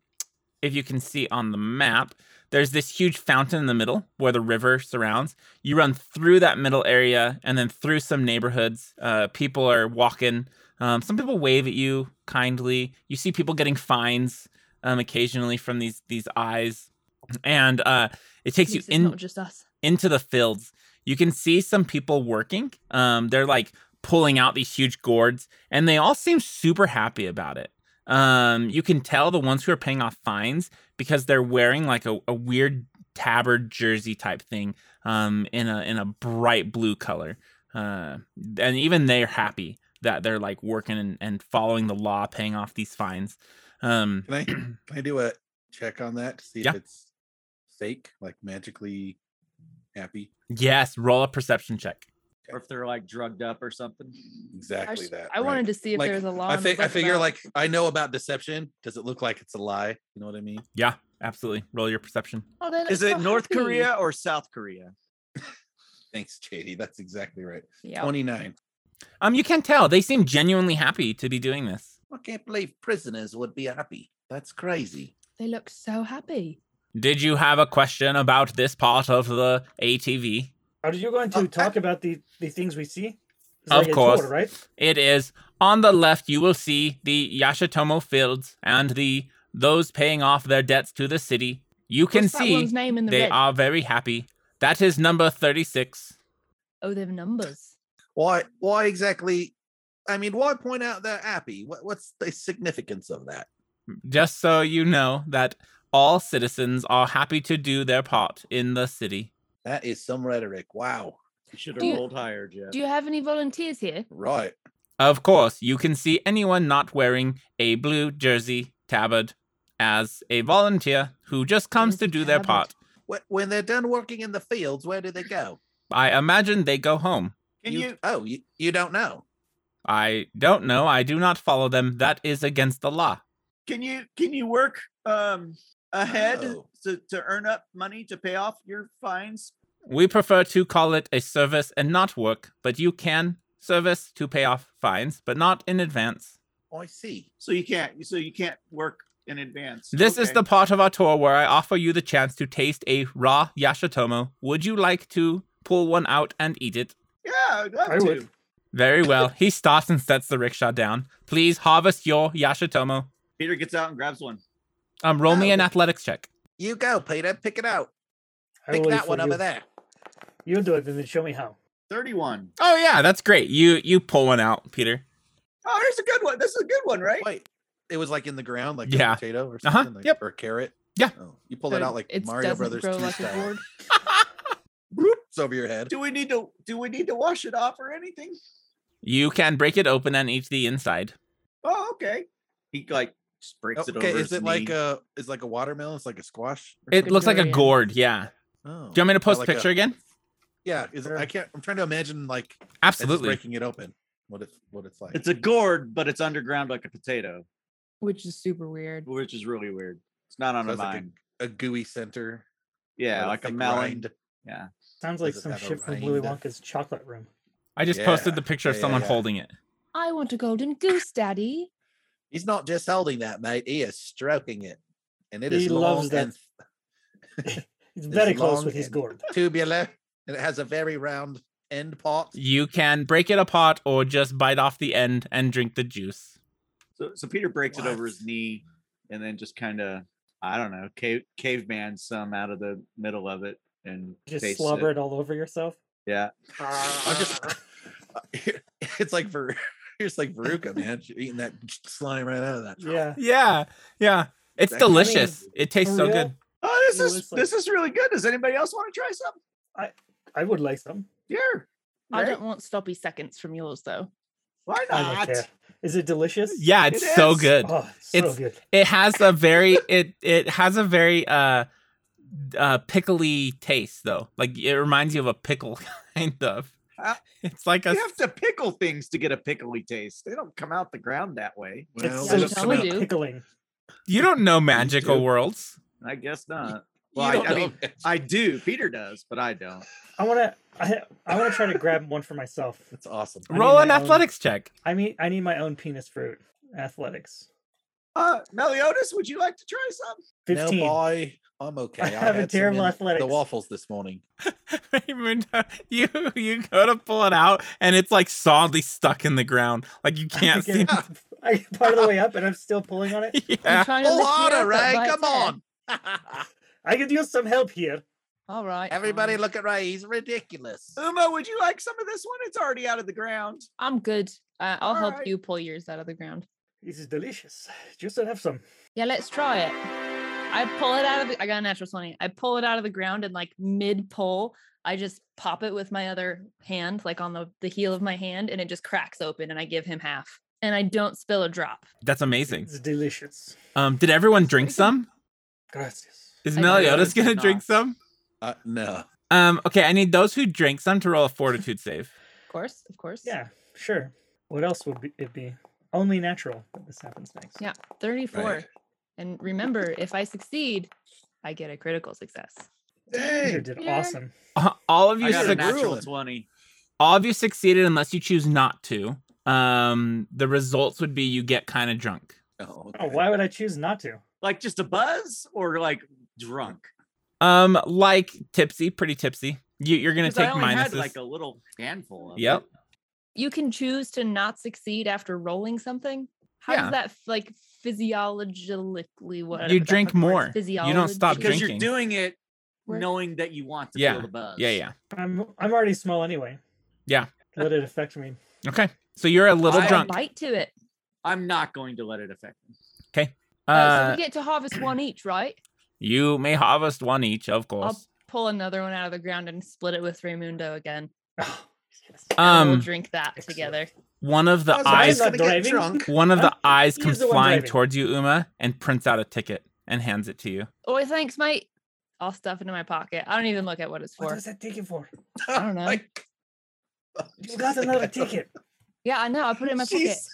B: if you can see on the map, there's this huge fountain in the middle where the river surrounds. You run through that middle area and then through some neighborhoods. Uh, people are walking. Um, some people wave at you kindly. You see people getting fines um, occasionally from these these eyes, and uh, it takes you
G: It's
B: in
G: not just us.
B: into the fields, you can see some people working. Um, they're like pulling out these huge gourds, and they all seem super happy about it. Um, you can tell the ones who are paying off fines because they're wearing like a, a weird tabard jersey type thing um, in a in a bright blue color, uh, and even they're happy that they're like working and, and following the law, paying off these fines. Um,
F: Can I can I do a check on that to see
B: Yeah.
F: if it's fake, like magically happy?
B: yes, roll a perception check.
C: Or if they're like drugged up or something.
G: I,
F: Exactly
G: s-
F: that.
G: I wanted to see if
F: Like,
G: there was a law.
F: I
G: in the
F: think I
G: book
F: figure
G: about-
F: like I know about deception. Does it look like it's a lie? You know what I mean?
B: Yeah, absolutely. Roll your perception.
E: Oh, they look
C: Is it
E: so
C: North
E: happy.
C: Korea or South Korea?
F: Thanks, JD. That's exactly right.
G: Yeah.
F: Twenty nine.
B: Um, you can tell they seem genuinely happy to be doing this.
F: I can't believe prisoners would be happy. That's crazy.
G: They look so happy.
B: Did you have a question about this part of the ATV?
D: Are you going to
F: Oh, I-
D: talk about the the things we see? It's
B: Of
D: a
B: course.
D: tour, right?
B: It is on the left. You will see the Yashitomo fields and the those paying off their debts to the city. You can
G: What's that
B: see
G: one's name in the
B: they
G: red?
B: are very happy. That is number thirty-six.
G: Oh, they have numbers.
F: Why? Why exactly? I mean, why point out they're happy? What, what's the significance of that?
B: Just so you know that all citizens are happy to do their part in the city.
F: That is some rhetoric. Wow.
C: You should
G: Do you-
C: higher, Jeff.
G: Do you have any volunteers here?
F: Right.
B: Of course, you can see anyone not wearing a blue jersey tabard as a volunteer who just comes to
G: Jersey
B: do their
G: tabard.
B: part.
F: Wh- When they're done working in the fields, where do they go?
B: I imagine they go home.
C: Can you?
F: Oh, you, you don't know.
B: I don't know. I do not follow them. That is against the law.
C: Can you? Can you work um ahead
F: Oh.
C: to to earn up money to pay off your fines?
B: We prefer to call it a service and not work, but you can service to pay off fines, but not in advance.
F: Oh, I see.
C: So you can't. So you can't work in advance.
B: This is
C: Okay.
B: the part of our tour where I offer you the chance to taste a raw Yashitomo. Would you like to pull one out and eat it?
C: Yeah, I'd love
D: I
C: to.
D: would.
B: Very well. He stops and sets the rickshaw down. Please harvest your Yashitomo.
C: Peter gets out and grabs one.
B: Um, roll me an
F: Oh.
B: athletics check.
F: You go, Peter. Pick it out.
D: I
F: Pick
D: will wait
F: that
D: for
F: one
D: you.
F: over there.
D: You'll do it and then show me how.
C: Thirty-one.
B: Oh yeah, that's great. You you pull one out, Peter.
C: Oh, here's a good one. This is a good one, right?
F: Wait. It was like in the ground, like
B: Yeah.
F: a potato or
B: Uh-huh,
F: something, like,
B: yep.
F: or a carrot.
B: Yeah.
F: Oh, you pull it
G: So
F: out like
G: it
F: Mario
G: doesn't
F: Brothers
G: grow
F: 2
G: like a
F: style.
G: gourd?
F: Bloop. It's over your head.
C: Do we need to do we need to wash it off or anything?
B: You can break it open and eat the inside.
C: Oh, okay. He like just breaks it over.
F: Okay, is
C: his
F: it like
C: knee.
F: a is like a watermelon? It's like a squash. or
B: It looks like a
G: Victoria.
B: gourd. Yeah.
F: something? Oh.
B: Do you want me to
F: Got
B: post
F: like
B: a picture again?
F: Yeah, is, I
D: Sure.
F: can't. I'm trying to imagine like as it's
B: Absolutely.
F: breaking it open. What it's what it's like.
C: It's a gourd, but it's underground like a potato,
E: which is super weird.
C: which is really weird. It's not on
F: So
C: a
F: it's like a-
C: vine.
F: a gooey center.
C: yeah,
F: with
C: like a
F: thick
C: melon.
F: rind.
D: Sounds like
F: Does it
D: some
F: have a
D: shit from Willy
F: rind?
D: Wonka's chocolate room.
B: I just
F: Yeah.
B: posted the picture of
F: Yeah, yeah,
B: someone
F: yeah.
B: holding it.
G: I want a golden goose, Daddy.
F: He's not just holding that, mate. He is stroking it, and it is
D: He
F: long
D: loves that.
F: and
D: He's very close
F: long
D: with his
F: and-
D: gourd.
F: tubular, and it has a very round end part.
B: You can break it apart or just bite off the end and drink the juice.
C: So, so Peter breaks it over his
F: What?
C: knee and then just kind of, I don't know, cave, caveman some out of the middle of it and
D: Just
C: tastes
D: slobber
C: it.
D: it all over yourself.
C: Yeah.
F: I'm just. It's like for. It's like Veruca, man. She's eating that slime right out of that.
D: Yeah.
B: Yeah. Yeah. It's
F: That kind of-
B: delicious. it tastes
D: For
B: so
D: real?
B: good.
C: Oh, this
D: Well,
C: is
D: it's like-
C: this is really good. Does anybody else want to try some?
D: I would like some.
C: Here.
G: I
C: Right?
G: don't want sloppy seconds from yours though.
C: Why
D: I don't
C: not?
D: care. Is it delicious?
B: Yeah, it's
C: It
B: so
C: is.
B: good.
D: Oh, it's so
B: It's-
D: good.
B: It has a very it it has a very uh uh pickly taste though. Like it reminds you of a pickle kind of.
C: Uh,
B: It's like a
C: You have to pickle things to get a pickly taste. They don't come out the ground that way.
F: Well,
D: it's
G: I
D: so
G: don't
F: it'll come
G: know.
F: out-
D: sweet
G: do.
D: pickling.
B: you don't know magical
F: do.
B: worlds.
C: I guess not.
F: You
C: Well, I,
F: don't
C: I mean,
F: know.
C: I do. Peter does, but I don't.
D: I want to. I, I want to try to grab one for myself.
F: That's awesome.
D: I need
B: Roll an
D: my own-
B: athletics check.
D: I mean, I need my own penis fruit. Athletics.
C: Uh, Meliodas, would you like to try some?
D: Fifteen.
F: No, boy, I'm okay.
D: have a
F: had some
D: terrible
F: in
D: athletics.
F: The waffles this morning.
B: Raymond, you you go to pull it out and it's like solidly stuck in the ground. Like you
D: I
B: can't
D: get-
B: see.
D: I get part of the way up, and I'm still pulling on it.
B: Yeah.
G: trying
F: Pull
G: lift me
F: harder,
G: up, but
F: Ray.
G: by
F: Come
G: its head.
F: on.
D: I could use some help here.
G: All right. Um,
F: Everybody,
G: fine.
F: look at Ray. He's ridiculous.
C: Uma, would you like some of this one? It's already out of the ground.
G: I'm good. Uh, I'll help
C: Alright.
G: you pull yours out of the ground.
D: This is delicious. Just to have some.
G: Yeah, let's try it. I pull it out of the I got a natural 20. I pull it out of the ground and like mid pull, I just pop it with my other hand, like on the, the heel of my hand, and it just cracks open and I give him half. And I don't spill a drop.
B: That's amazing.
D: It's delicious.
B: Um, did everyone drink some?
D: Gracias.
B: Is
G: I know
B: Meliodas
G: Meliodas did
B: gonna drink
G: not.
B: some?
F: Uh, no.
B: Um, okay, I need those who drank some to roll a fortitude save.
G: Of course, of course.
D: Yeah, sure. What else would be, it be? Only natural that this happens next.
G: Yeah. 34. And remember, if I succeed, I get a critical success.
D: Peter
F: Dang.
D: did
G: Yeah.
D: awesome.
B: Uh, All of you,
C: I got a
B: suc-
F: nat-
C: natural
F: ruined.
C: 20.
B: all of you succeeded unless you choose not to. Um, the results would be you get kind of drunk.
F: Oh,
D: Oh,
F: okay.
D: why would I choose not to?
C: Like just a buzz or like drunk?
B: Um, like tipsy, pretty tipsy. You, you're gonna
C: 'Cause I
B: take
C: only
B: minuses.
C: had like a little handful. Of
B: Yep.
C: it.
G: You can choose to not succeed after rolling something. How
B: Yeah.
G: does that f- like physiologically what
B: You drink more.
G: Physiology.
B: You don't stop
C: Because
B: Drinking.
C: you're doing it
G: Right.
C: knowing that you want to
B: Yeah,
C: feel the buzz.
B: yeah, yeah.
D: I'm I'm already small anyway.
B: Yeah.
D: Let it affect me.
B: Okay, so you're a little
C: I-
B: drunk.
G: Bite to it.
C: I'm not going to let it affect me.
G: Uh, so
B: Uh,
G: we get to harvest one each, right?
B: you may harvest one each, of course.
G: Pull another one out of the ground and split it with Raymundo again.
D: Oh, yes.
G: and we'll
B: Um,
G: drink that
D: excellent.
G: together.
B: one of the
F: I was like,
B: eyes,
F: I'm
D: Eyes-
F: gonna get
D: Driving?
F: drunk.
B: one of the
D: Huh?
B: eyes
D: He
B: comes
D: is the one
B: flying
D: driving.
B: towards you, Uma, and prints out a ticket and hands it to you.
G: Oh, thanks, mate. I'll stuff it into my pocket. I don't even look at what it's
D: What
G: for.
D: is that ticket for?
G: I don't know.
F: Like,
D: You got another ticket.
G: yeah, I know. I put it in my pocket.
F: Jesus.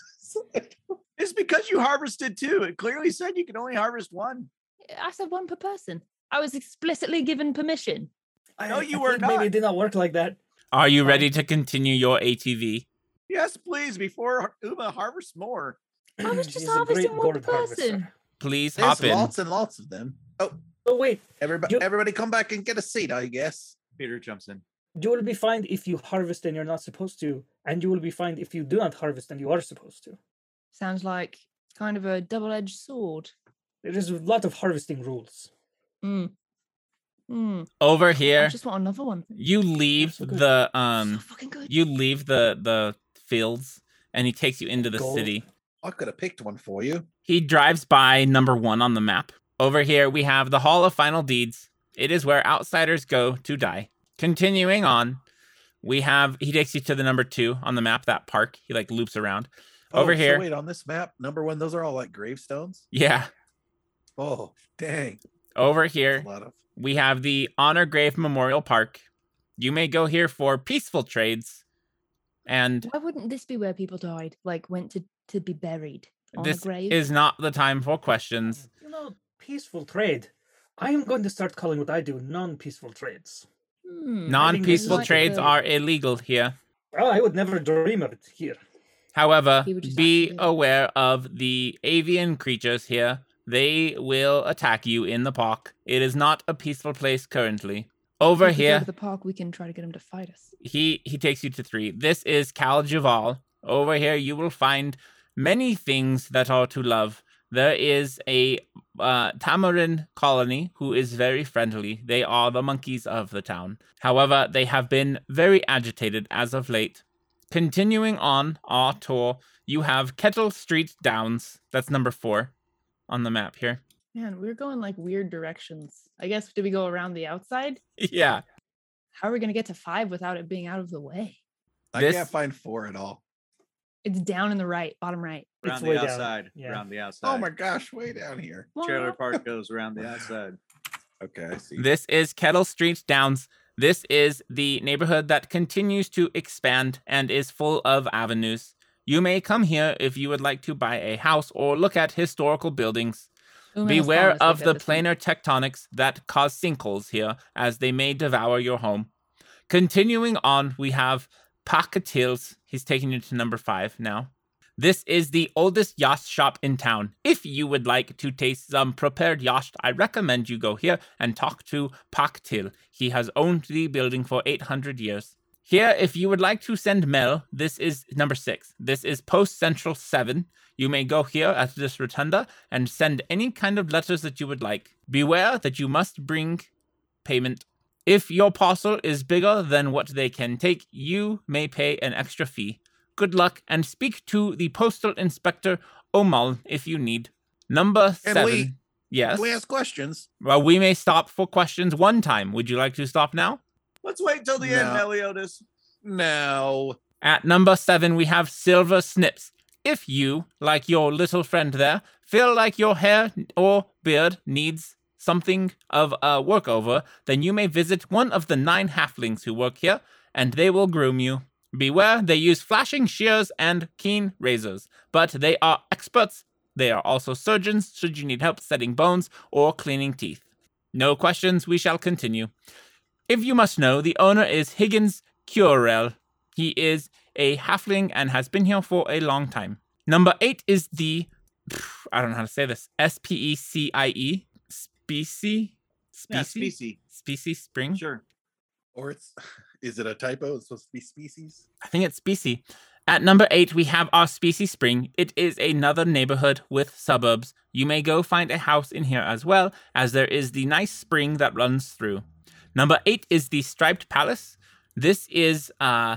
C: It's because you harvested two. It clearly said you can only harvest one.
G: I said one per person. I was explicitly given permission.
D: I
C: No,
D: I
C: you were
D: think Maybe
C: not.
D: it did not work like that.
B: Are you ready to continue your ATV?
C: Yes, please, before Har- Uma harvests more.
G: I was just
D: She's a great
G: harvesting one
D: gourd
G: person.
D: harvester.
B: Please
F: There's
B: hop in.
F: lots and lots of them. Oh,
D: Oh wait,
F: everybody,
D: You-
F: everybody, come back and get a seat, I guess.
C: Peter jumps in.
D: you will be fined if you harvest and you're not supposed to, and you will be fined if you do not harvest and you are supposed to.
G: Sounds like kind of a double-edged sword.
D: There is a lot of harvesting rules.
G: Mm. Mm.
B: Over
G: I
B: here,
G: just want another one.
B: you leave
D: so good.
B: the
G: so
B: um,
G: fucking good.
B: you leave the the fields, and he takes you into the
D: Gold.
B: city.
F: I could have picked one for you.
B: He drives by number one on the map. Over here, we have the Hall of Final Deeds. It is where outsiders go to die. Continuing on, we have he takes you to the number two on the map, that park. He like loops around. Over
F: Oh, so
B: here.
F: wait, on this map, number one, those are all like gravestones.
B: Yeah.
F: Oh, dang.
B: Over
F: That's
B: here,
F: a lot of.
B: we have the Honor Grave Memorial Park. You may go here for peaceful trades. And
G: Why wouldn't this be where people died? Like went to to be buried on
B: this
G: a grave.
B: is not the time for questions.
D: You know, peaceful trade. I am going to start calling what I do non-peaceful trades.
G: Hmm,
D: I
B: Non
D: think
B: peaceful
G: this is-
B: trades are illegal here.
D: Oh, I would never dream of it here.
B: However,
G: He would just
B: be
G: accident.
B: aware of the avian creatures here. They will attack you in the park. It is not a peaceful place currently. Over
G: if we go
B: here,
G: to the park. We can try to get him to fight us.
B: he he takes you to three. This is Cal Javal. Over here, you will find many things that are to love. There is a uh, tamarin colony who is very friendly. They are the monkeys of the town. However, they have been very agitated as of late. Continuing on our tour, you have Kettle Street Downs. That's number four on the map here.
G: Man, we're going like weird directions. I guess do we go around the outside?
B: yeah.
G: How are we gonna get to five without it being out of the way?
F: I
B: This-
F: can't find four at all.
G: It's down in the right, bottom right.
D: It's
H: Around
D: way
H: the
D: down,
H: outside.
D: yeah.
H: Around the outside.
F: Oh my gosh, way down here.
H: Trailer
G: Well,
H: park goes around the outside.
F: Okay, I see.
B: This is Kettle Street Downs. This is the neighborhood that continues to expand and is full of avenues. You may come here if you would like to buy a house or look at historical buildings.
G: Uman was
B: Beware
G: calling us, we
B: of
G: said
B: the
G: this one.
B: planar tectonics that cause sinkholes here, as they may devour your home. Continuing on, we have Pakatils. He's taking you to number five now. This is the oldest yacht shop in town. If you would like to taste some prepared yacht, I recommend you go here and talk to Paktil. He has owned the building for 800 years. Here, if you would like to send mail, this is number six. This is Post Central 7. You may go here at this rotunda and send any kind of letters that you would like. Beware that you must bring payment. If your parcel is bigger than what they can take, you may pay an extra fee. Good luck and speak to the postal inspector Omal if you need. Number
F: And
B: seven.
F: we-
B: yes.
F: Can we ask questions?
B: Well, we may stop for questions one time. Would you like to stop now?
C: Let's wait till the end,
F: No.
C: Meliodas.
F: No.
B: At number seven, we have Silver Snips. If you, like your little friend there, feel like your hair or beard needs something of a workover, then you may visit one of the nine halflings who work here, and they will groom you. Beware, they use flashing shears and keen razors, but they are experts. They are also surgeons should you need help setting bones or cleaning teeth. No questions, we shall continue. If you must know, the owner is Higgins Curel. He is a halfling and has been here for a long time. Number eight is the I don't know how to say this. S P E C I E specie
H: Yeah,
B: species
H: species.
B: species spring.
H: Sure.
F: Or it's is it a typo? It's supposed to be species.
B: I think it's Specie. At number eight, we have our Specie Spring. It is another neighborhood with suburbs. You may go find a house in here as well, as there is the nice spring that runs through. Number eight is the Striped Palace. This is uh,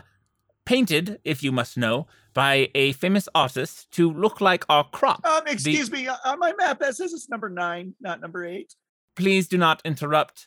B: painted, if you must know, by a famous artist to look like our crop.
C: Um, excuse me. uh, On my map, that says it's number nine, not number eight.
B: please do not interrupt.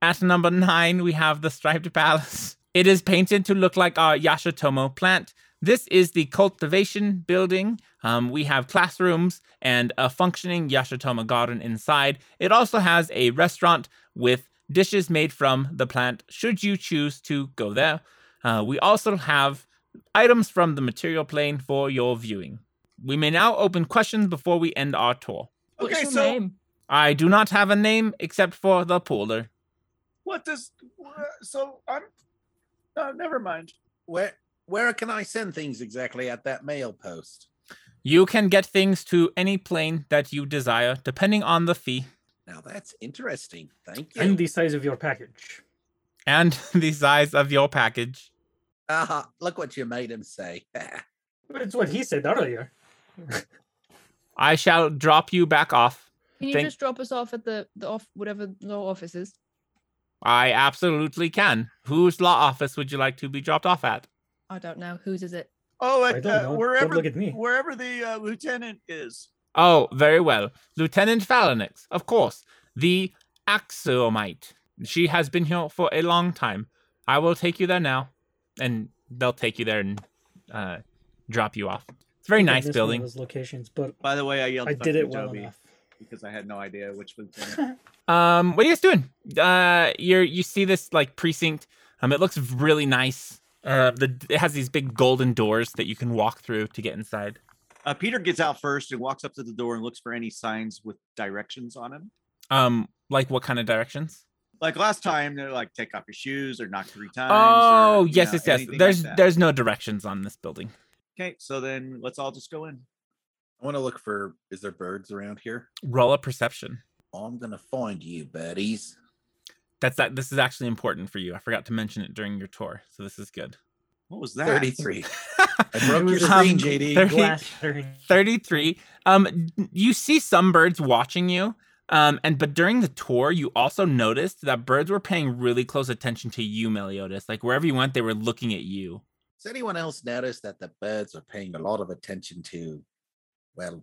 B: At number nine, we have the Striped Palace. It is painted to look like our Yashitomo plant. This is the cultivation building. Um, we have classrooms and a functioning Yashitomo garden inside. It also has a restaurant with dishes made from the plant, should you choose to go there. Uh, we also have items from the material plane for your viewing. We may now open questions before we end our tour.
G: What's
C: Okay,
G: your
C: so
G: name?
B: I do not have a name except for the pooler.
C: what does? wha- So I'm. Uh, never mind.
F: Where where can I send things exactly at that mail post?
B: You can get things to any plane that you desire, depending on the fee
F: Now that's interesting. Thank
D: and
F: you.
D: the size of your package.
B: and the size of your package.
F: Aha, Uh-huh, look what you made him say.
D: But it's what he said earlier.
B: I shall drop you back off.
G: Can you
B: Thank-
G: just drop us off at the the off whatever the office is?
B: I absolutely can. Whose law office would you like to be dropped off at?
G: I don't know whose is it.
C: Oh,
D: I
C: at,
D: don't
C: uh,
D: know.
C: wherever
D: don't look at me.
C: wherever the uh, lieutenant is.
B: Oh, very well. Lieutenant Falinix, of course, the Axiomite. She has been here for a long time. I will take you there now, and they'll take you there and uh, drop you off. It's a very
D: think I
B: nice
D: missed one of
B: building.
D: Those locations, but
H: By the way, I yelled.
D: I
H: "Fuck
D: did
H: you,
D: it well
H: Joby,"
D: enough.
H: because I had no idea which was. in it.
B: Um, what are you guys doing? Uh, you're you see this like precinct. Um, it looks really nice. Uh, the, it has these big golden doors that you can walk through to get inside.
H: Uh, Peter gets out first and walks up to the door and looks for any signs with directions on them.
B: Um, like what kind of directions?
H: Like last time, they're like, "Take off your shoes" or "Knock three times."
B: oh,
H: or, you
B: yes,
H: know,
B: yes, yes.
H: anything like
B: There's
H: that.
B: there's no directions on this building.
H: Okay, so then let's all just go in.
F: I want to look for. Is there birds around here?
B: Roll a perception.
F: I'm gonna find you, birdies.
B: That's that. This is actually important for you. I forgot to mention it during your tour, so this is good.
H: What was that?
F: Thirty-three. I broke your
D: Um,
F: screen, JD.
B: thirty-
D: Glass shattering.
B: 33 um you see some birds watching you um and but during the tour you also noticed that birds were paying really close attention to you meliodas like wherever you went they were looking at you
F: Does anyone else notice that the birds are paying a lot of attention to, well,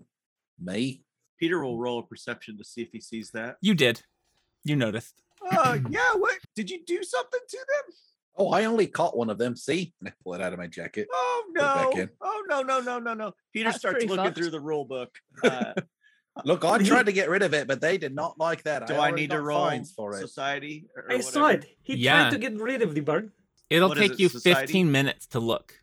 F: me?
H: Peter will roll a perception to see if he sees that.
B: you did you noticed
C: Uh, yeah. What did you do something to them?
F: Oh, I only caught one of them. See, and I pull it out of my jacket.
C: Oh
F: back
C: no!
F: in.
C: Oh no! No! No! No! No!
H: Peter
G: That's
H: starts
G: pretty
H: looking
G: fucked.
H: through the rule book. Uh,
F: Look, I tried to get rid of it, but they did not like that.
H: do I
F: already
H: need to
F: got
H: roll
F: fines for it?
H: society? Or
D: I saw
H: whatever?
D: it. He
B: Yeah.
D: tried to get rid of the bird.
B: it'll
H: What is
B: take
H: it,
B: you
H: society?
B: 15 minutes to look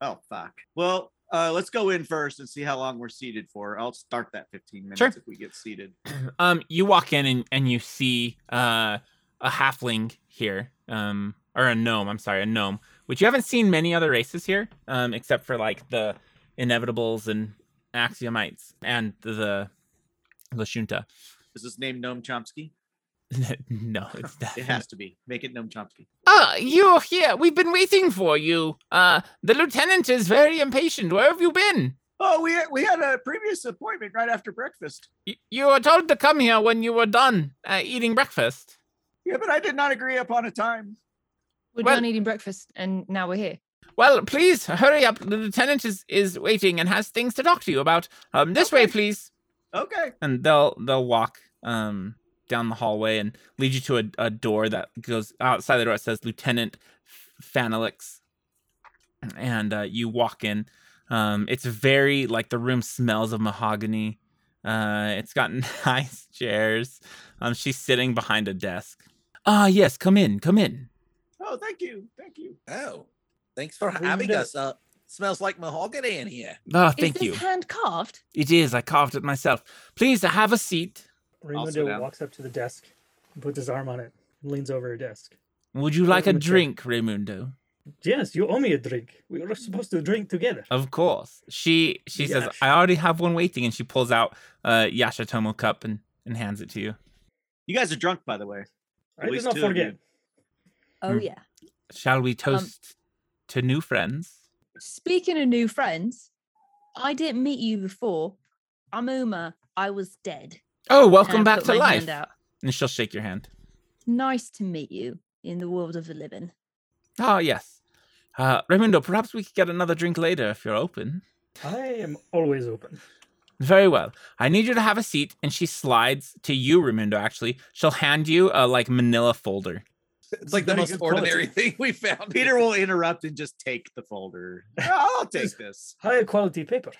H: Oh fuck. Well, uh, let's go in first and see how long we're seated for. I'll start that 15 minutes
B: Sure.
H: if we get seated.
B: um you walk in and, and you see uh a halfling here um or a gnome i'm sorry a gnome which you haven't seen many other races here um except for like the inevitables and axiomites and the lashunta
H: Is his name Noam Chomsky?
B: no, it's
H: It
B: not.
H: has to be. Make it Noam Chomsky.
B: Ah, you're here. We've been waiting for you. Uh, the lieutenant is very impatient. Where have you been?
C: Oh, we we had a previous appointment right after breakfast.
B: Y- you were told to come here when you were done uh, eating breakfast.
C: Yeah, but I did not agree upon a time.
G: We're
B: Well-
G: done eating breakfast, and now we're here.
B: Well, please hurry up. The lieutenant is, is waiting and has things to talk to you about. Um, this way,
C: Okay.
B: please.
C: Okay.
B: And they'll they'll walk um down the hallway and lead you to a, a door that goes outside the door. It says Lieutenant Fanelix, and uh, you walk in. Um, it's very like the room smells of mahogany. Uh, it's got nice chairs. Um, she's sitting behind a desk. Ah, yes, come in, come in.
C: Oh, thank you. Thank you.
F: Oh, thanks for
D: We
F: having
D: know-
F: us. Uh, smells like mahogany in here.
B: Ah,
G: Is
B: thank
G: this
B: you.
G: hand carved?
B: It is. I carved it myself. Please have a seat.
H: sit
D: Raimundo
H: down.
D: walks up to the desk, and puts his arm on it, and leans over her desk.
B: Would you like a
D: Raimundo.
B: drink, Raimundo?
D: Yes, you owe me a drink. We were supposed to drink together.
B: Of course. She she says,
D: Yes.
B: I already have one waiting, and she pulls out uh Yashatomo cup and, and hands it to you.
H: You guys are drunk, by the way.
D: I did
H: least
D: not
H: two of you.
D: forget.
G: Oh
B: Mm.
G: yeah.
B: Shall
G: Um,
B: we toast to new friends?
G: Speaking of new friends, I didn't meet you before. I'm Uma. I was dead.
B: Oh,
G: and
B: welcome
G: I
B: back
G: put
B: to
G: my hand
B: life.
G: out.
B: And she'll shake your hand.
G: Nice to meet you in the world of the living.
B: Oh yes. Uh Raimundo, perhaps we could get another drink later if you're open.
D: I am always open.
B: Very well. I need you to have a seat, and she slides to you, Raimundo, actually. She'll hand you a like manila folder.
F: It's like the
D: Very
F: most
D: good quality.
F: ordinary thing we found.
H: Peter will interrupt and just take the folder. I'll take this.
D: Higher quality paper.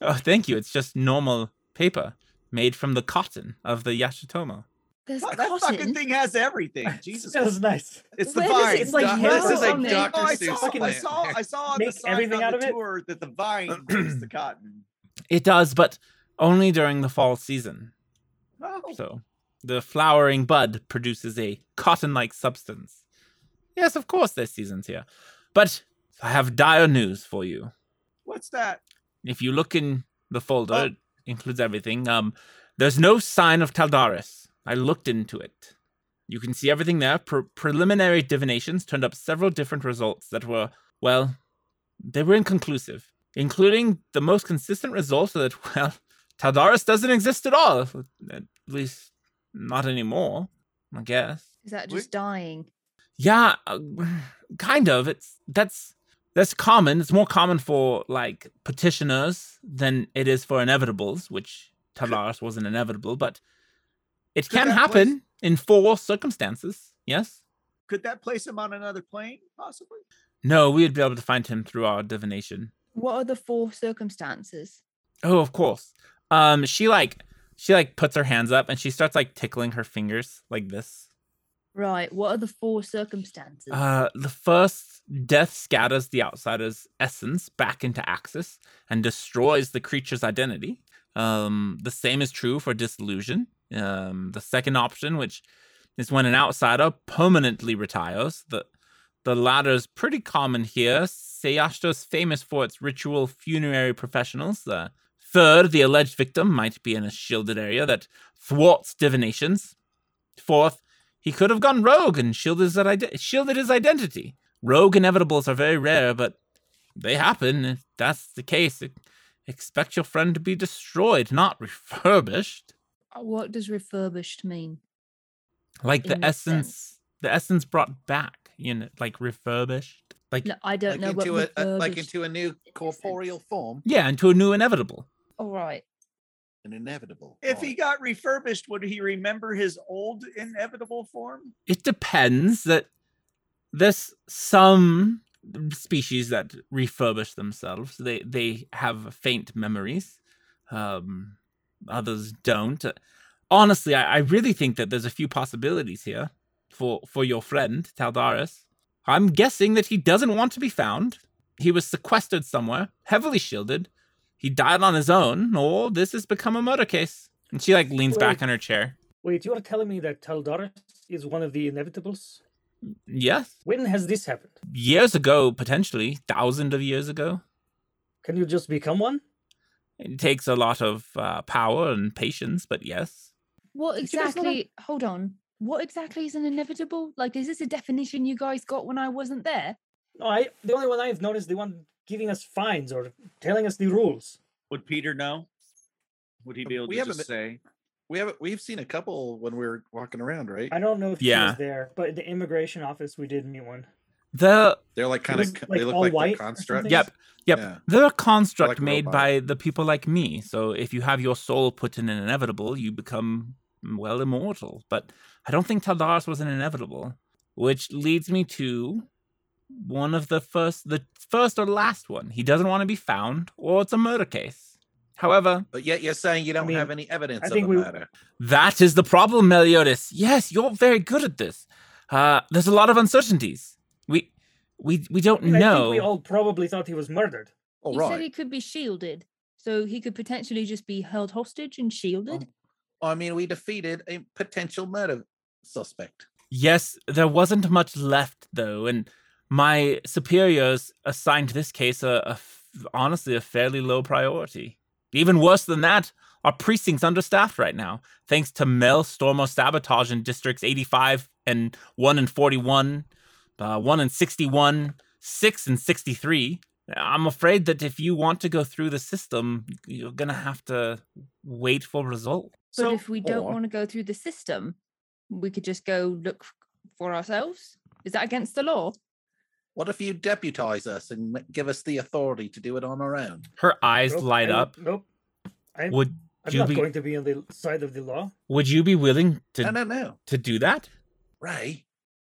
B: Oh, thank you. It's just normal paper made from the cotton of the Yashitomo.
G: There's
H: Fuck, that fucking
G: cotton.
H: thing has everything. Jesus,
D: Smells nice.
H: it's the
G: Where does
H: vine.
G: it- it's like
F: this
G: yellow
F: is like
G: on it.
F: Dr.
H: Oh, I
F: Seuss
H: saw, I
F: land.
H: saw, I saw on the
D: Make
H: sign
D: everything
H: on
D: out
H: the
D: of it?
H: tour that the vine is the cotton.
B: It does, but only during the fall season.
H: Oh,
B: So the flowering bud produces a cotton like substance. Yes, of course, there's seasons here. But I have dire news for you.
C: What's that?
B: If you look in the folder,
H: Oh.
B: it includes everything. Um, there's no sign of Taldaris. I looked into it. You can see everything there. Pre- preliminary divinations turned up several different results that were, well, they were inconclusive, including the most consistent result that, well, Taldaris doesn't exist at all. At least, not anymore, I guess.
G: Is that
H: Wait.
G: just dying?
B: Yeah, uh, kind of. It's that's that's common. It's more common for like petitioners than it is for inevitables, which Talaris was an inevitable, but it
F: Could
B: can
F: that place-
B: happen in four circumstances. Yes.
C: Could that place him on another plane, possibly?
B: No, we would be able to find him through our divination.
G: What are the four circumstances?
B: Oh, of course. Um, she like she like puts her hands up and she starts like tickling her fingers like this.
G: Right. What are the four circumstances?
B: Uh, the first death scatters the outsider's essence back into Axis and destroys the creature's identity. Um, the same is true for disillusion. Um, the second option, which is when an outsider permanently retires, the the latter is pretty common here. Seyashto is famous for its ritual funerary professionals. Uh, third, the alleged victim might be in a shielded area that thwarts divinations. Fourth, he could have gone rogue and shielded his, ide- shielded his identity. Rogue inevitables are very rare, but they happen. If that's the case, e- expect your friend to be destroyed, not refurbished.
G: Uh, what does refurbished mean?
B: Like the
G: In what
B: essence,
G: sense?
B: the essence brought back, you know, like refurbished. Like,
G: No, I don't
F: like
G: know
F: into a,
G: what
F: a- uh, like
G: refurbished-
F: into a new corporeal form,
B: yeah, into a new inevitable.
G: All right.
F: an inevitable.
C: If he
F: form.
C: got refurbished, would he remember his old inevitable form?
B: it depends that there's some species that refurbish themselves they they have faint memories um others don't Uh, honestly I, I really think that there's a few possibilities here for for your friend taldaris i'm guessing that he doesn't want to be found he was sequestered somewhere heavily shielded he died on his own or this has become a murder case and she like leans back
D: Wait.
B: on her chair
D: Wait, you're telling me that Taldaris is one of the inevitables?
B: yes
D: When has this happened?
B: years ago, potentially thousands of years ago.
D: Can you just become one?
B: It takes a lot of uh, power and patience, but yes,
G: What
D: Did you guys know that?
G: exactly? Hold on. What exactly is an inevitable? Like, is this a definition you guys got when I wasn't there?
D: No, I the only one I've noticed the one giving us fines or telling us the rules.
H: Would Peter know? Would he be able
F: We
H: to
F: haven't
H: just say?
F: we have we've seen a couple when we were walking around, right?
D: I don't know if she
B: Yeah.
D: was there, but at the immigration office we did meet one.
B: the
F: They're like kind
D: was,
F: of
D: like,
F: they look
D: all
F: like
D: white
F: they're
D: or
F: constructs.
D: something?
B: yep, yep,
F: Yeah.
B: they're a construct
F: Like a
B: made
F: robot.
B: by the people like me. So if you have your soul put in an inevitable, you become mm, well immortal. But I don't think Taldaris was an inevitable, which leads me to one of the first, the first or last one. He doesn't want to be found, or it's a murder case. However,
F: But yet you're saying you don't
D: mean,
F: have any evidence
D: I
F: of
D: think
F: the
D: we-
F: matter.
B: That is the problem, Meliodas. Yes, you're very good at this. Uh, there's a lot of uncertainties. We, we, we don't
D: And I think
B: know.
D: we all probably thought he was murdered.
F: All
G: you said
F: right.
G: he could be shielded, so he could potentially just be held hostage and shielded.
F: I mean, we defeated a potential murder suspect.
B: Yes, there wasn't much left though, and my superiors assigned this case a, a f- honestly a fairly low priority. Even worse than that, our precinct's understaffed right now, thanks to Mel Stormo sabotage in districts 85 and 1 and 41, uh, 1 and 61, 6 and 63. I'm afraid that if you want to go through the system, you're gonna have to wait for results.
G: but
H: So
G: if we don't
F: or-
G: want to go through the system, we could just go look f- for ourselves. Is that against the law?
F: What if you deputize us and m- give us the authority to do it on our own?
B: Her eyes
D: Nope,
B: light
D: I-
B: up.
D: Nope. I'm,
B: Would
D: I'm
B: you
D: not
B: be-
D: going to be on the side of the law.
B: would you be willing to
F: No, no, no.
B: to do that?
F: Ray,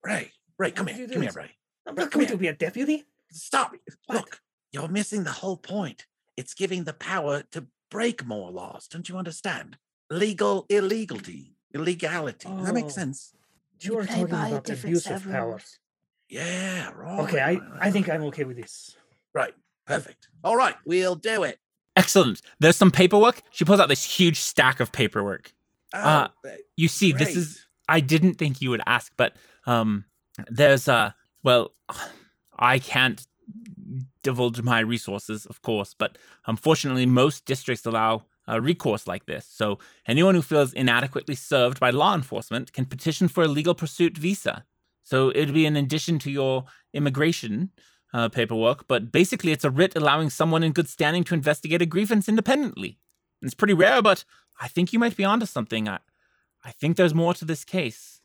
F: Ray, Ray, come
D: would
F: here.
D: you do
F: Come here,
D: this?
F: Ray.
D: I'm
F: Well,
D: not
F: come
D: going
F: here.
D: to be a deputy.
F: Stop. it.
D: What?
F: Look, you're missing the whole point. It's giving the power to break more laws. Don't you understand? Legal illegality. Illegality. Does that
D: Oh.
F: make sense?
G: We
D: You are
G: play
D: talking
G: by a
D: about
G: different
D: abuse
G: set
D: of
G: of
D: power.
G: rules.
F: Yeah, right.
D: Okay, I,
F: right, right,
D: I think
F: right.
D: I'm okay with this.
F: Right. Perfect. All right, we'll do it.
B: Excellent. There's some paperwork. She pulls out this huge stack of paperwork.
F: Oh,
B: Uh,
F: th-
B: You see, this is
F: great.
B: I didn't think you would ask, but um there's uh well I can't divulge my resources, of course, but unfortunately most districts allow a recourse like this. So anyone who feels inadequately served by law enforcement can petition for a legal pursuit visa. So it'd be in addition to your immigration uh, paperwork, but basically it's a writ allowing someone in good standing to investigate a grievance independently. It's pretty rare, but I think you might be onto something. I, I think there's more to this case.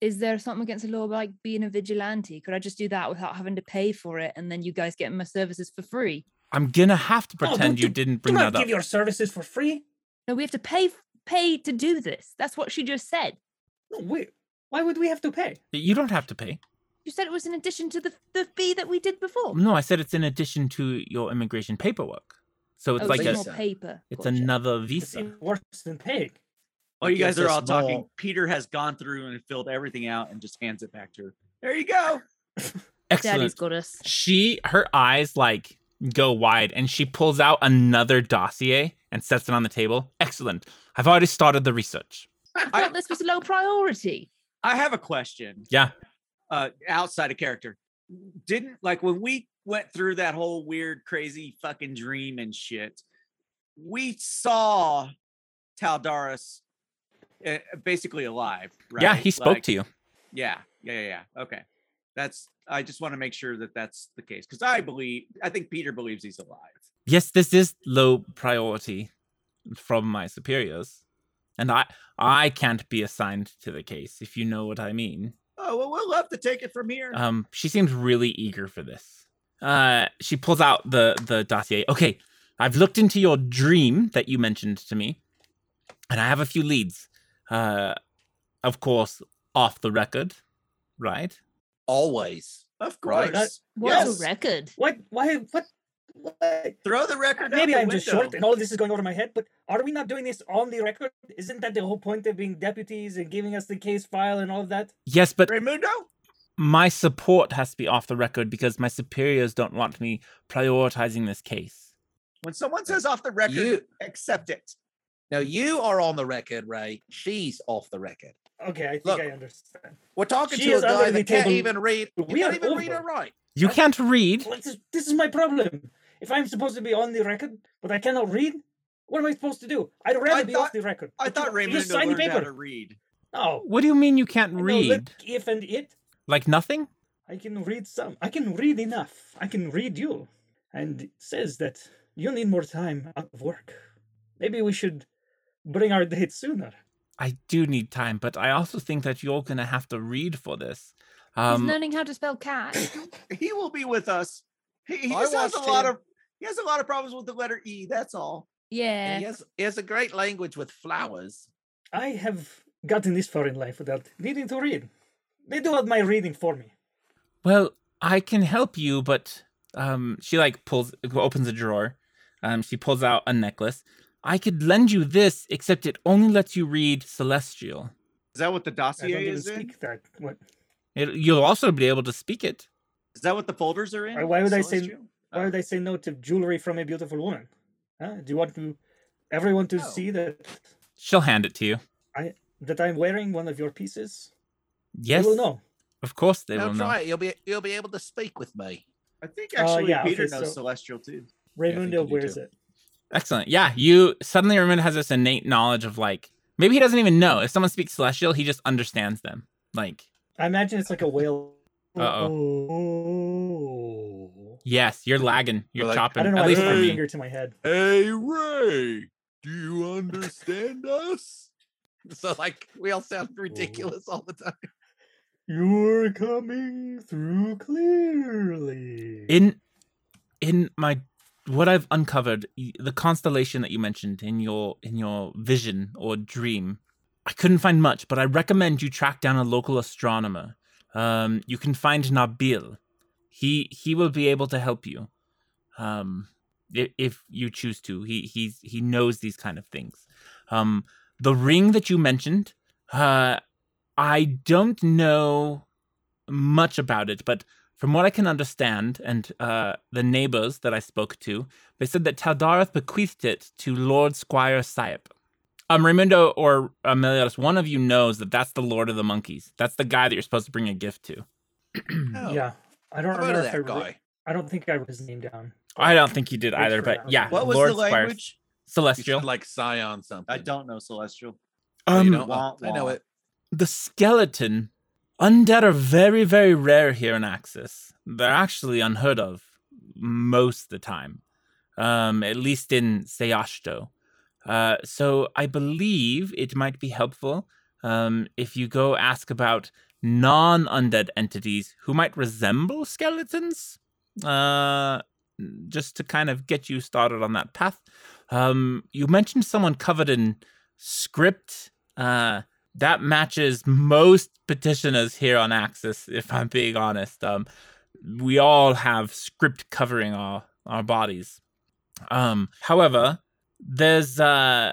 G: Is there something against the law about, like being a vigilante? Could I just do that without having to pay for it, and then you guys getting my services for free?
B: I'm gonna have to
D: No, don't
B: pretend you
D: do-
B: didn't
D: Do
B: bring
D: not
B: that
D: give
B: up.
D: your services for free.
G: No, we have to pay f- pay to do this. That's what she just said.
D: No, we Why would we have to pay?
B: You don't have to pay.
G: You said it was in addition to the the fee that we did before.
B: No, I said it's in addition to your immigration paperwork. So it's
G: Oh,
B: like
G: it's
B: a,
G: more paper.
B: it's
G: Gotcha.
B: another
D: It's
B: visa.
D: even worse than paying.
H: While oh, you
F: Gives
H: guys are
F: us
H: all talking,
F: more-
H: Peter has gone through and filled everything out and just hands it back to her. There you go.
G: Daddy's
B: Excellent.
G: got us.
B: She her eyes like go wide and she pulls out another dossier and sets it on the table. Excellent. I've already started the research.
G: I thought this was low priority.
H: I have a question.
B: Yeah.
H: Uh, outside of character, didn't like when we went through that whole weird, crazy fucking dream and shit. We saw Taldaris uh, basically alive. Right?
B: Yeah, he spoke
H: Like,
B: to you.
H: Yeah, yeah, yeah, yeah. Okay, that's. I just want to make sure that that's the case because I believe. I think Peter believes he's alive.
B: Yes, this is low priority from my superiors. And I I can't be assigned to the case, if you know what I mean.
H: Oh well, we'll have to take it from here.
B: Um, she seems really eager for this. Uh, she pulls out the the dossier. Okay, I've looked into your dream that you mentioned to me, and I have a few leads. Uh, of course, off the record, right?
F: Always.
H: of
F: right.
H: course.
G: What
H: Yes.
G: a record.
D: What? Why? What? what?
H: Throw the record.
D: Maybe
H: out the
D: I'm just
H: window.
D: short and all this is going over my head, but are we not doing this on the record? Isn't that the whole point of being deputies and giving us the case file and all of that?
B: Yes, but
H: Raymundo.
B: my support has to be off the record because my superiors don't want me prioritizing this case.
H: When someone says off the record,
F: You
H: accept it.
F: now you are on the record, Ray. She's off the record.
D: Okay, I think
F: Look,
D: I understand.
F: We're talking
D: She
F: to a
D: is under
F: guy
D: the
F: that can't
D: table.
F: even read. You
D: We are
F: can't even read
D: over.
F: or write.
B: You
D: I-
B: can't read.
D: Well, This is, this is my problem. If I'm supposed to be on the record, but I cannot read, what am I supposed to do? I'd rather be off
H: thought-
D: the record.
H: I
D: But
H: thought
D: you,
H: Raymond
D: just sign the
H: learned how to
D: paper.
H: read.
D: No,
B: What do you mean you can't
D: I know lit-
B: read?
D: if and it.
B: Like nothing?
D: I can read some. I can read enough. I can read you. And it says that you need more time out of work. Maybe we should bring our date sooner.
B: I do need time, but I also think that you're gonna have to read for this. Um,
G: He's learning how to spell cat.
H: He will be with us. He, he
F: I
H: just has a
F: watched
H: lot
F: him.
H: of he has a lot of problems with the letter E. That's all.
G: Yeah.
F: And He has, he has a great language with flowers.
D: I have gotten this far in life without needing to read. They do all my reading for me.
B: Well, I can help you, but um, she like pulls opens a drawer. Um, she pulls out a necklace. I could lend you this, except it only lets you read celestial.
H: Is that what the
D: I
H: dossier
D: don't even
H: is in?
D: speak that. What?
B: It, you'll also be able to speak it.
H: Is that what the folders are in?
D: Uh, why would I say-
H: Celestial?
D: Why would I say no to jewelry from a beautiful woman? Huh? Do you want to, everyone to
F: No.
D: see that
B: She'll hand it to you.
D: that I'm wearing one of your pieces?
B: Yes,
D: They will know.
B: of course they
F: Now
B: will
F: try
B: know.
F: it. You'll be you'll be able to speak with me.
H: I think
D: Uh,
H: actually
D: yeah,
H: Peter
D: okay,
H: knows
D: so-
H: celestial too.
F: I think you
D: Raymundo
F: do
D: wears
F: too.
D: it.
B: Excellent. Yeah, you suddenly remember has this innate knowledge of like maybe he doesn't even know if someone speaks celestial, he just understands them. Like
D: I imagine it's like a whale. Oh.
B: yes, you're lagging, you're
F: Or like, I
B: chopping.
D: I don't know.
B: At
D: why I
B: least
D: put
B: for
D: my
B: me.
D: finger to my head.
F: Hey Ray, do you understand us? So like we all sound ridiculous all the time.
D: You're coming through clearly.
B: in in my what i've uncovered y- the constellation that you mentioned in your in your vision or dream i couldn't find much but i recommend you track down a local astronomer um you can find nabil he he will be able to help you um i- if you choose to he he's he knows these kind of things um the ring that you mentioned uh i don't know much about it but from what I can understand, and uh, the neighbors that I spoke to, they said that Taldareth bequeathed it to Lord Squire Syep. Um, Raimundo or Amelius, one of you knows that that's the Lord of the Monkeys. That's the guy that you're supposed to bring a gift to. Hmm.
F: Oh,
D: yeah, I don't
F: I've heard
D: remember
F: of
D: if I
F: that
D: wrote.
F: guy.
D: I don't think I wrote his name down.
B: I don't think you did
D: Thanks
B: either,
D: for
B: but
D: that.
B: yeah.
H: What
D: What
H: was
B: Lord
H: the
B: Squire-
H: language?
F: You
B: Celestial.
F: sound like Scion something.
H: I don't know celestial.
F: Oh, you
B: Um,
F: don't know.
H: wah,
F: I know
H: wah.
F: it.
B: the skeleton undead are very very rare here in axis they're actually unheard of most of the time um at least in Seashto. uh so i believe it might be helpful um if you go ask about non-undead entities who might resemble skeletons uh just to kind of get you started on that path um you mentioned someone covered in script uh That matches most petitioners here on Axis, if I'm being honest. Um, we all have script covering our, our bodies. Um, however, there's uh,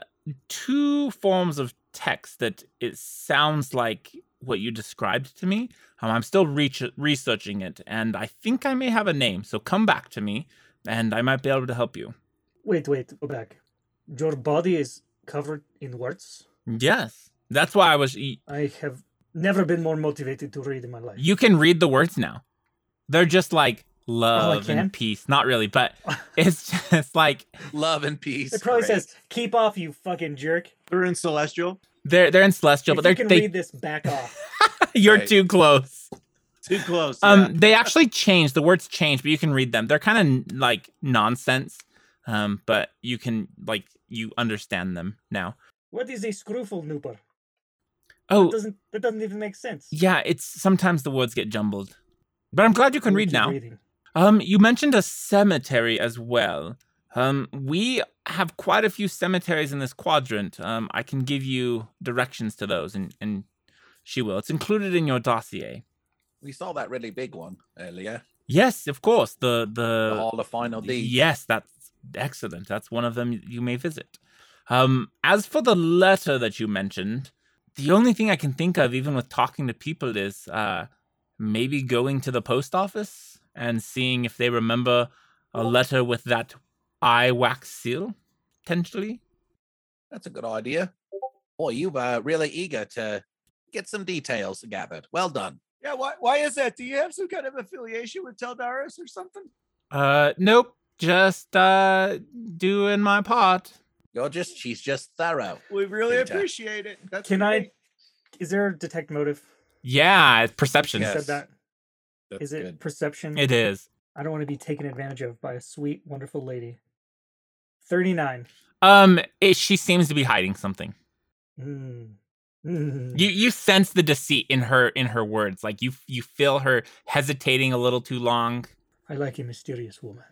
B: two forms of text that it sounds like what you described to me. Um, I'm still reach- researching it, and I think I may have a name. So come back to me, and I might be able to help you.
D: Wait, wait, go back. Your body is covered in words.
B: Yes, that's why I was. e-, y-
D: I have never been more motivated to read in my life.
B: You can read the words now. They're just like
D: Oh,
B: love
D: can?
B: and peace. Not really, but it's just like
F: Love and peace.
D: It probably
F: Great.
D: says, "Keep off, you fucking jerk."
H: They're in celestial.
B: they're they're in celestial,
D: if
B: but
D: you
B: they're
D: can
B: they,
D: read this, back off.
B: you're
F: Right.
B: too close.
H: Too close.
B: Um,
H: yeah.
B: they actually changed the words changed, but you can read them. They're kind of like nonsense, um, but you can like you understand them now.
D: What is a screwful nooper? That
B: Oh,
D: doesn't that doesn't even make sense.
B: yeah, it's sometimes the words get jumbled, but I'm glad you can
D: We'll
B: read
D: keep
B: now.
D: reading.
B: Um, you mentioned a cemetery as well. Um, we have quite a few cemeteries in this quadrant. Um, I can give you directions to those, and and she will. It's included in your dossier.
F: We saw that really big one earlier.
B: Yes, of course. The the
F: The Hall of Final Deeds.
B: Yes, that's excellent. That's one of them you may visit. Um, as for the letter that you mentioned, the only thing I can think of, even with talking to people, is uh, maybe going to the post office and seeing if they remember a letter with that eye wax seal, potentially.
F: That's a good idea. Boy, you were really eager to get some details gathered. Well done.
H: yeah. Why, why is that? Do you have some kind of affiliation with Teldaris or something?
B: Uh, nope, just uh, doing my part.
F: You're just, she's just thorough.
H: We really
F: Big time.
H: appreciate it. That's
D: Can I-
H: great.
D: Is there a detect motive?
B: Yeah, it's perception.
D: You
F: Yes.
D: said that.
F: That's
D: Is it
F: good.
D: perception?
B: It is.
D: I don't want to be taken advantage of by a sweet, wonderful lady. Thirty-nine.
B: Um, it, she seems to be hiding something.
D: Mm. Mm.
B: You you sense the deceit in her in her words. Like you you feel her hesitating a little too long.
D: I like a mysterious woman.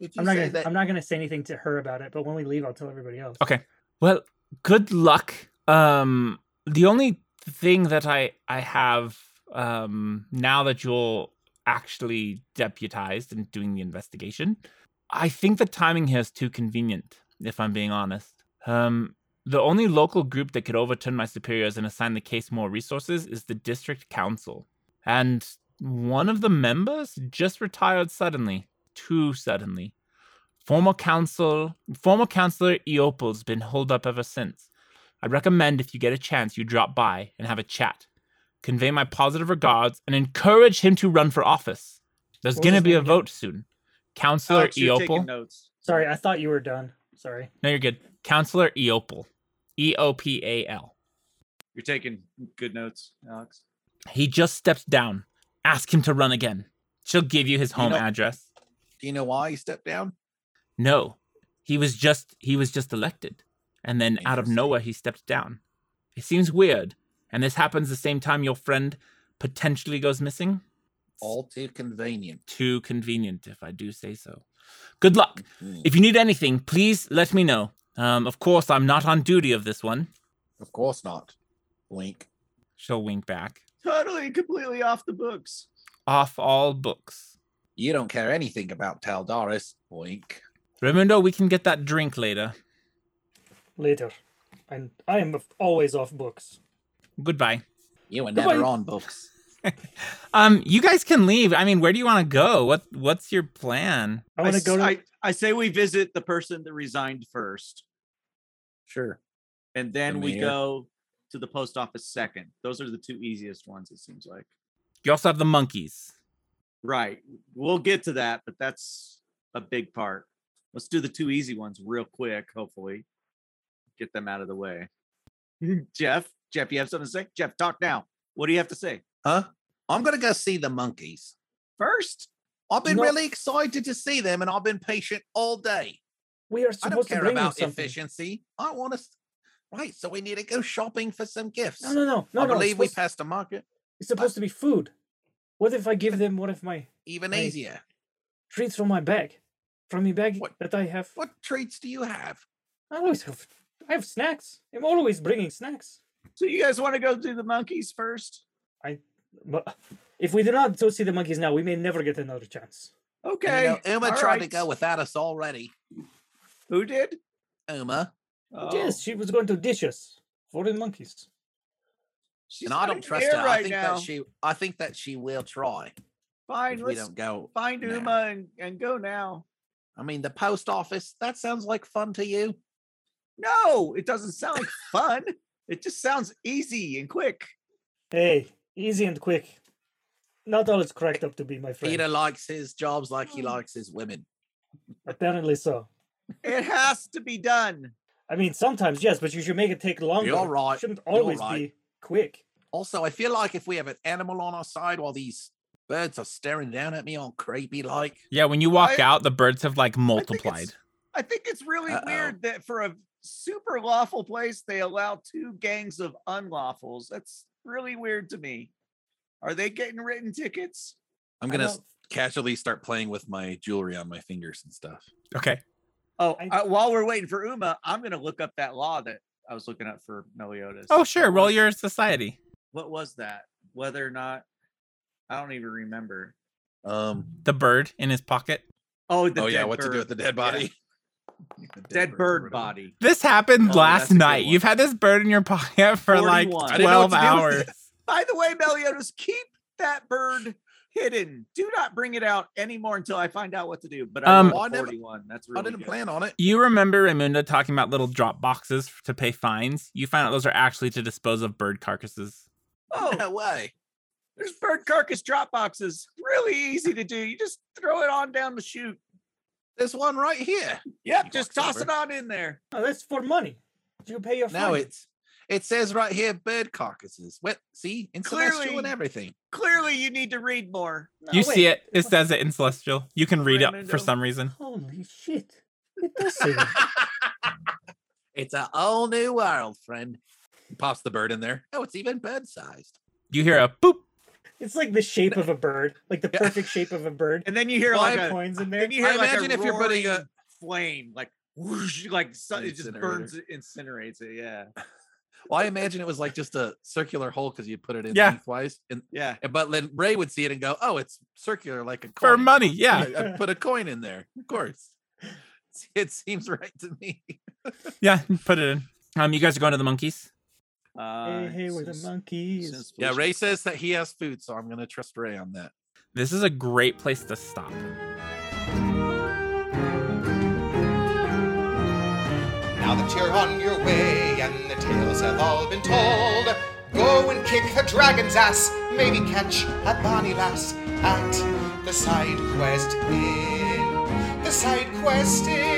F: Did you
D: I'm not
F: say
D: gonna.
F: that?
D: I'm not gonna say anything to her about it. But when we leave, I'll tell everybody else.
B: Okay. Well, good luck. Um, the only thing that I I have um now that you're actually deputized and doing the investigation, I think the timing here is too convenient. If I'm being honest, um, the only local group that could overturn my superiors and assign the case more resources is the district council, and one of the members just retired suddenly, too suddenly. Former council, former councillor Eopol's been holed up ever since. I recommend if you get a chance, you drop by and have a chat. Convey my positive regards and encourage him to run for office. There's
D: What was
B: gonna
D: his
B: be a
D: name again?
B: vote soon. Councillor
H: Alex, you're taking
B: Eopol.
H: notes.
D: Sorry, I thought you were done. Sorry.
B: No, you're good. Councillor Eopol. E O P A L.
H: You're taking good notes, Alex.
B: He just stepped down. Ask him to run again. She'll give you his
F: You
B: home
F: know-
B: address.
F: Do you know why he stepped down?
B: No, he was just he was just elected, and then out of
F: Interesting.
B: nowhere he stepped down. It seems weird, and this happens the same time your friend potentially goes missing.
F: All too convenient.
B: Too convenient, if I do say so. Good luck.
F: Mhm.
B: If you need anything, please let me know. Um, of course, I'm not on duty of this one.
F: Of course not. Wink.
B: She'll wink back.
H: Totally and completely off the books.
B: Off all books.
F: You don't care anything about Taldaris. Wink.
B: Raimundo, we can get that drink later.
D: Later. And I am always off books.
B: Goodbye.
F: You were
D: Goodbye.
F: never on books.
B: Um, you guys can leave. I mean, where do you want to go? What What's your plan?
D: I want to
H: s-
D: go to.
H: I, I say we visit the person that resigned first,
F: Sure.
H: and then we
F: mayor.
H: go to the post office second. Those are the two easiest ones, it seems like.
B: You also have the monkeys.
H: Right. We'll get to that, but that's a big part. Let's do the two easy ones real quick, hopefully. Get them out of the way. Jeff, Jeff, you have something to say? Jeff, talk now. What do you have to say?
F: Huh? I'm going to go see the monkeys.
H: First,
F: I've been
D: No.
F: really excited to see them and I've been patient all day.
D: we are
F: I don't
D: supposed to
F: care
D: bring you
F: about
D: something.
F: efficiency. I want to. Right. So we need to go shopping for some gifts.
D: No, no, no, no,
F: I
D: no.
F: believe
D: it's,
F: we
D: supposed,
F: passed a market.
D: it's supposed to be food. What if I give them one of my
F: Even
D: Right.
F: easier.
D: treats from my bag, from my bag
F: What-
D: that I have?
F: What treats do you have?
D: I always have. I have snacks. I'm always bringing snacks.
C: So you guys want to go do the monkeys first?
D: But if we do not go see the monkeys now, we may never get another chance.
C: Okay.
F: And, you know, Uma
C: all
F: tried to
C: right.
F: go without us already.
C: Who did?
F: Uma.
C: Oh,
D: Yes, she was going to dish us for the monkeys.
C: she's
F: and I
C: not
F: don't
C: even
F: trust
C: here
F: her.
C: Right
F: I think
C: now.
F: that she I think that she will try.
C: Fine.
F: If we
C: Let's
F: don't go.
C: find
F: now.
C: Uma and, and go now.
F: I mean the post office, that sounds like fun to you.
C: No, it doesn't sound like fun. It just sounds easy and quick.
D: Hey, easy and quick. Not all it's cracked up to be, my friend.
F: Peter likes his jobs like
C: Hmm.
F: he likes his women.
D: Apparently so.
C: It has to be done.
D: I mean, sometimes yes, but you should make it take longer.
F: right,
D: It shouldn't
F: you're
D: always
F: right.
D: be quick.
F: Also, I feel like if we have an animal on our side while these birds are staring down at me all creepy like.
B: Yeah, when you walk
C: I-
B: out, the birds have like multiplied.
C: I think it's really
F: Uh-oh.
C: weird that for a super lawful place, they allow two gangs of unlawfuls. That's really weird to me. Are they getting written tickets?
F: I'm
D: I
F: gonna
D: don't-
F: casually start playing with my jewelry on my fingers and stuff.
B: Okay.
C: Oh,
D: I-
C: uh, while we're waiting for Uma, I'm going to look up that law that I was looking up for Meliodas.
B: Oh, sure.
C: What
B: Roll
C: was-
B: your society.
C: What was that? Whether or not, I don't even remember.
F: Um
B: The bird in his pocket.
C: Oh, the
F: oh
C: dead
F: yeah, what to do with the
C: bird.
F: dead
C: Yeah.
F: body? The
C: Dead,
F: or
C: bird,
F: whatever.
C: body.
B: This happened
C: Oh,
B: last
C: that's a good
B: night.
C: one.
B: You've had this bird in your pocket for like
C: 41. I
F: didn't know what
B: 12
F: to do with
B: hours.
C: By the way, Meliodas, keep that bird hidden. Do not bring it out anymore until I find out what to do. But I
B: Um,
C: um,
F: Oh, I never-
C: 41. That's
F: I
C: really
F: didn't
C: good.
F: plan on it.
B: You remember Raimundo talking about little drop boxes to pay fines? You find out those are actually to dispose of bird carcasses.
C: Oh,
F: No way.
C: there's bird carcass drop boxes. Really easy to do. You just throw it on down the chute.
F: There's one right here.
C: Yep,
F: He
C: just
F: walks
C: toss it
F: over.
C: on in there.
D: No, that's for money. You pay your
F: No,
D: fine.
F: it's it says right here bird carcasses. What see? In celestial and
C: Clearly-
F: everything.
C: Clearly, you need to read more.
D: No,
B: you see
D: wait.
B: it. It says it in Celestial. You can read it
C: Raimundo.
B: for some reason.
D: Holy shit! It does say that.
F: it's a whole new world, friend. He pops the bird in there. Oh, it's even bird sized.
B: You hear a boop.
D: It's like the shape of a bird, like the
F: Yeah.
D: perfect shape of a bird.
C: And then you hear
F: Well,
C: like a,
F: I'm-
D: Coins in there.
C: then you hear
F: I
C: like
F: imagine
C: a
F: if you're putting a-
C: roaring flame, like whoosh, like so, it just
F: Incinerator.
C: burns, it, incinerates it. Yeah,
F: Well, I imagine it was like just a circular hole because you put it in
B: Yeah.
F: lengthwise. And
C: yeah.
F: but then Ray would see it and go, Oh, it's circular like a
B: For
F: coin.
B: money, yeah.
F: I, I put a coin in there. Of course. It seems right to me.
B: Yeah, put it in. Um, you guys are going to the monkeys.
C: Uh,
D: Hey, hey, we're the
C: since-
D: monkeys.
C: since
F: Yeah,
C: Felicia-
F: Ray says that he has food, so I'm gonna trust Ray on that.
B: This is a great place to stop.
A: Now that you're on your way and the tales have all been told, go and kick the dragon's ass, maybe catch a bonny lass at the side quest inn. The side quest inn.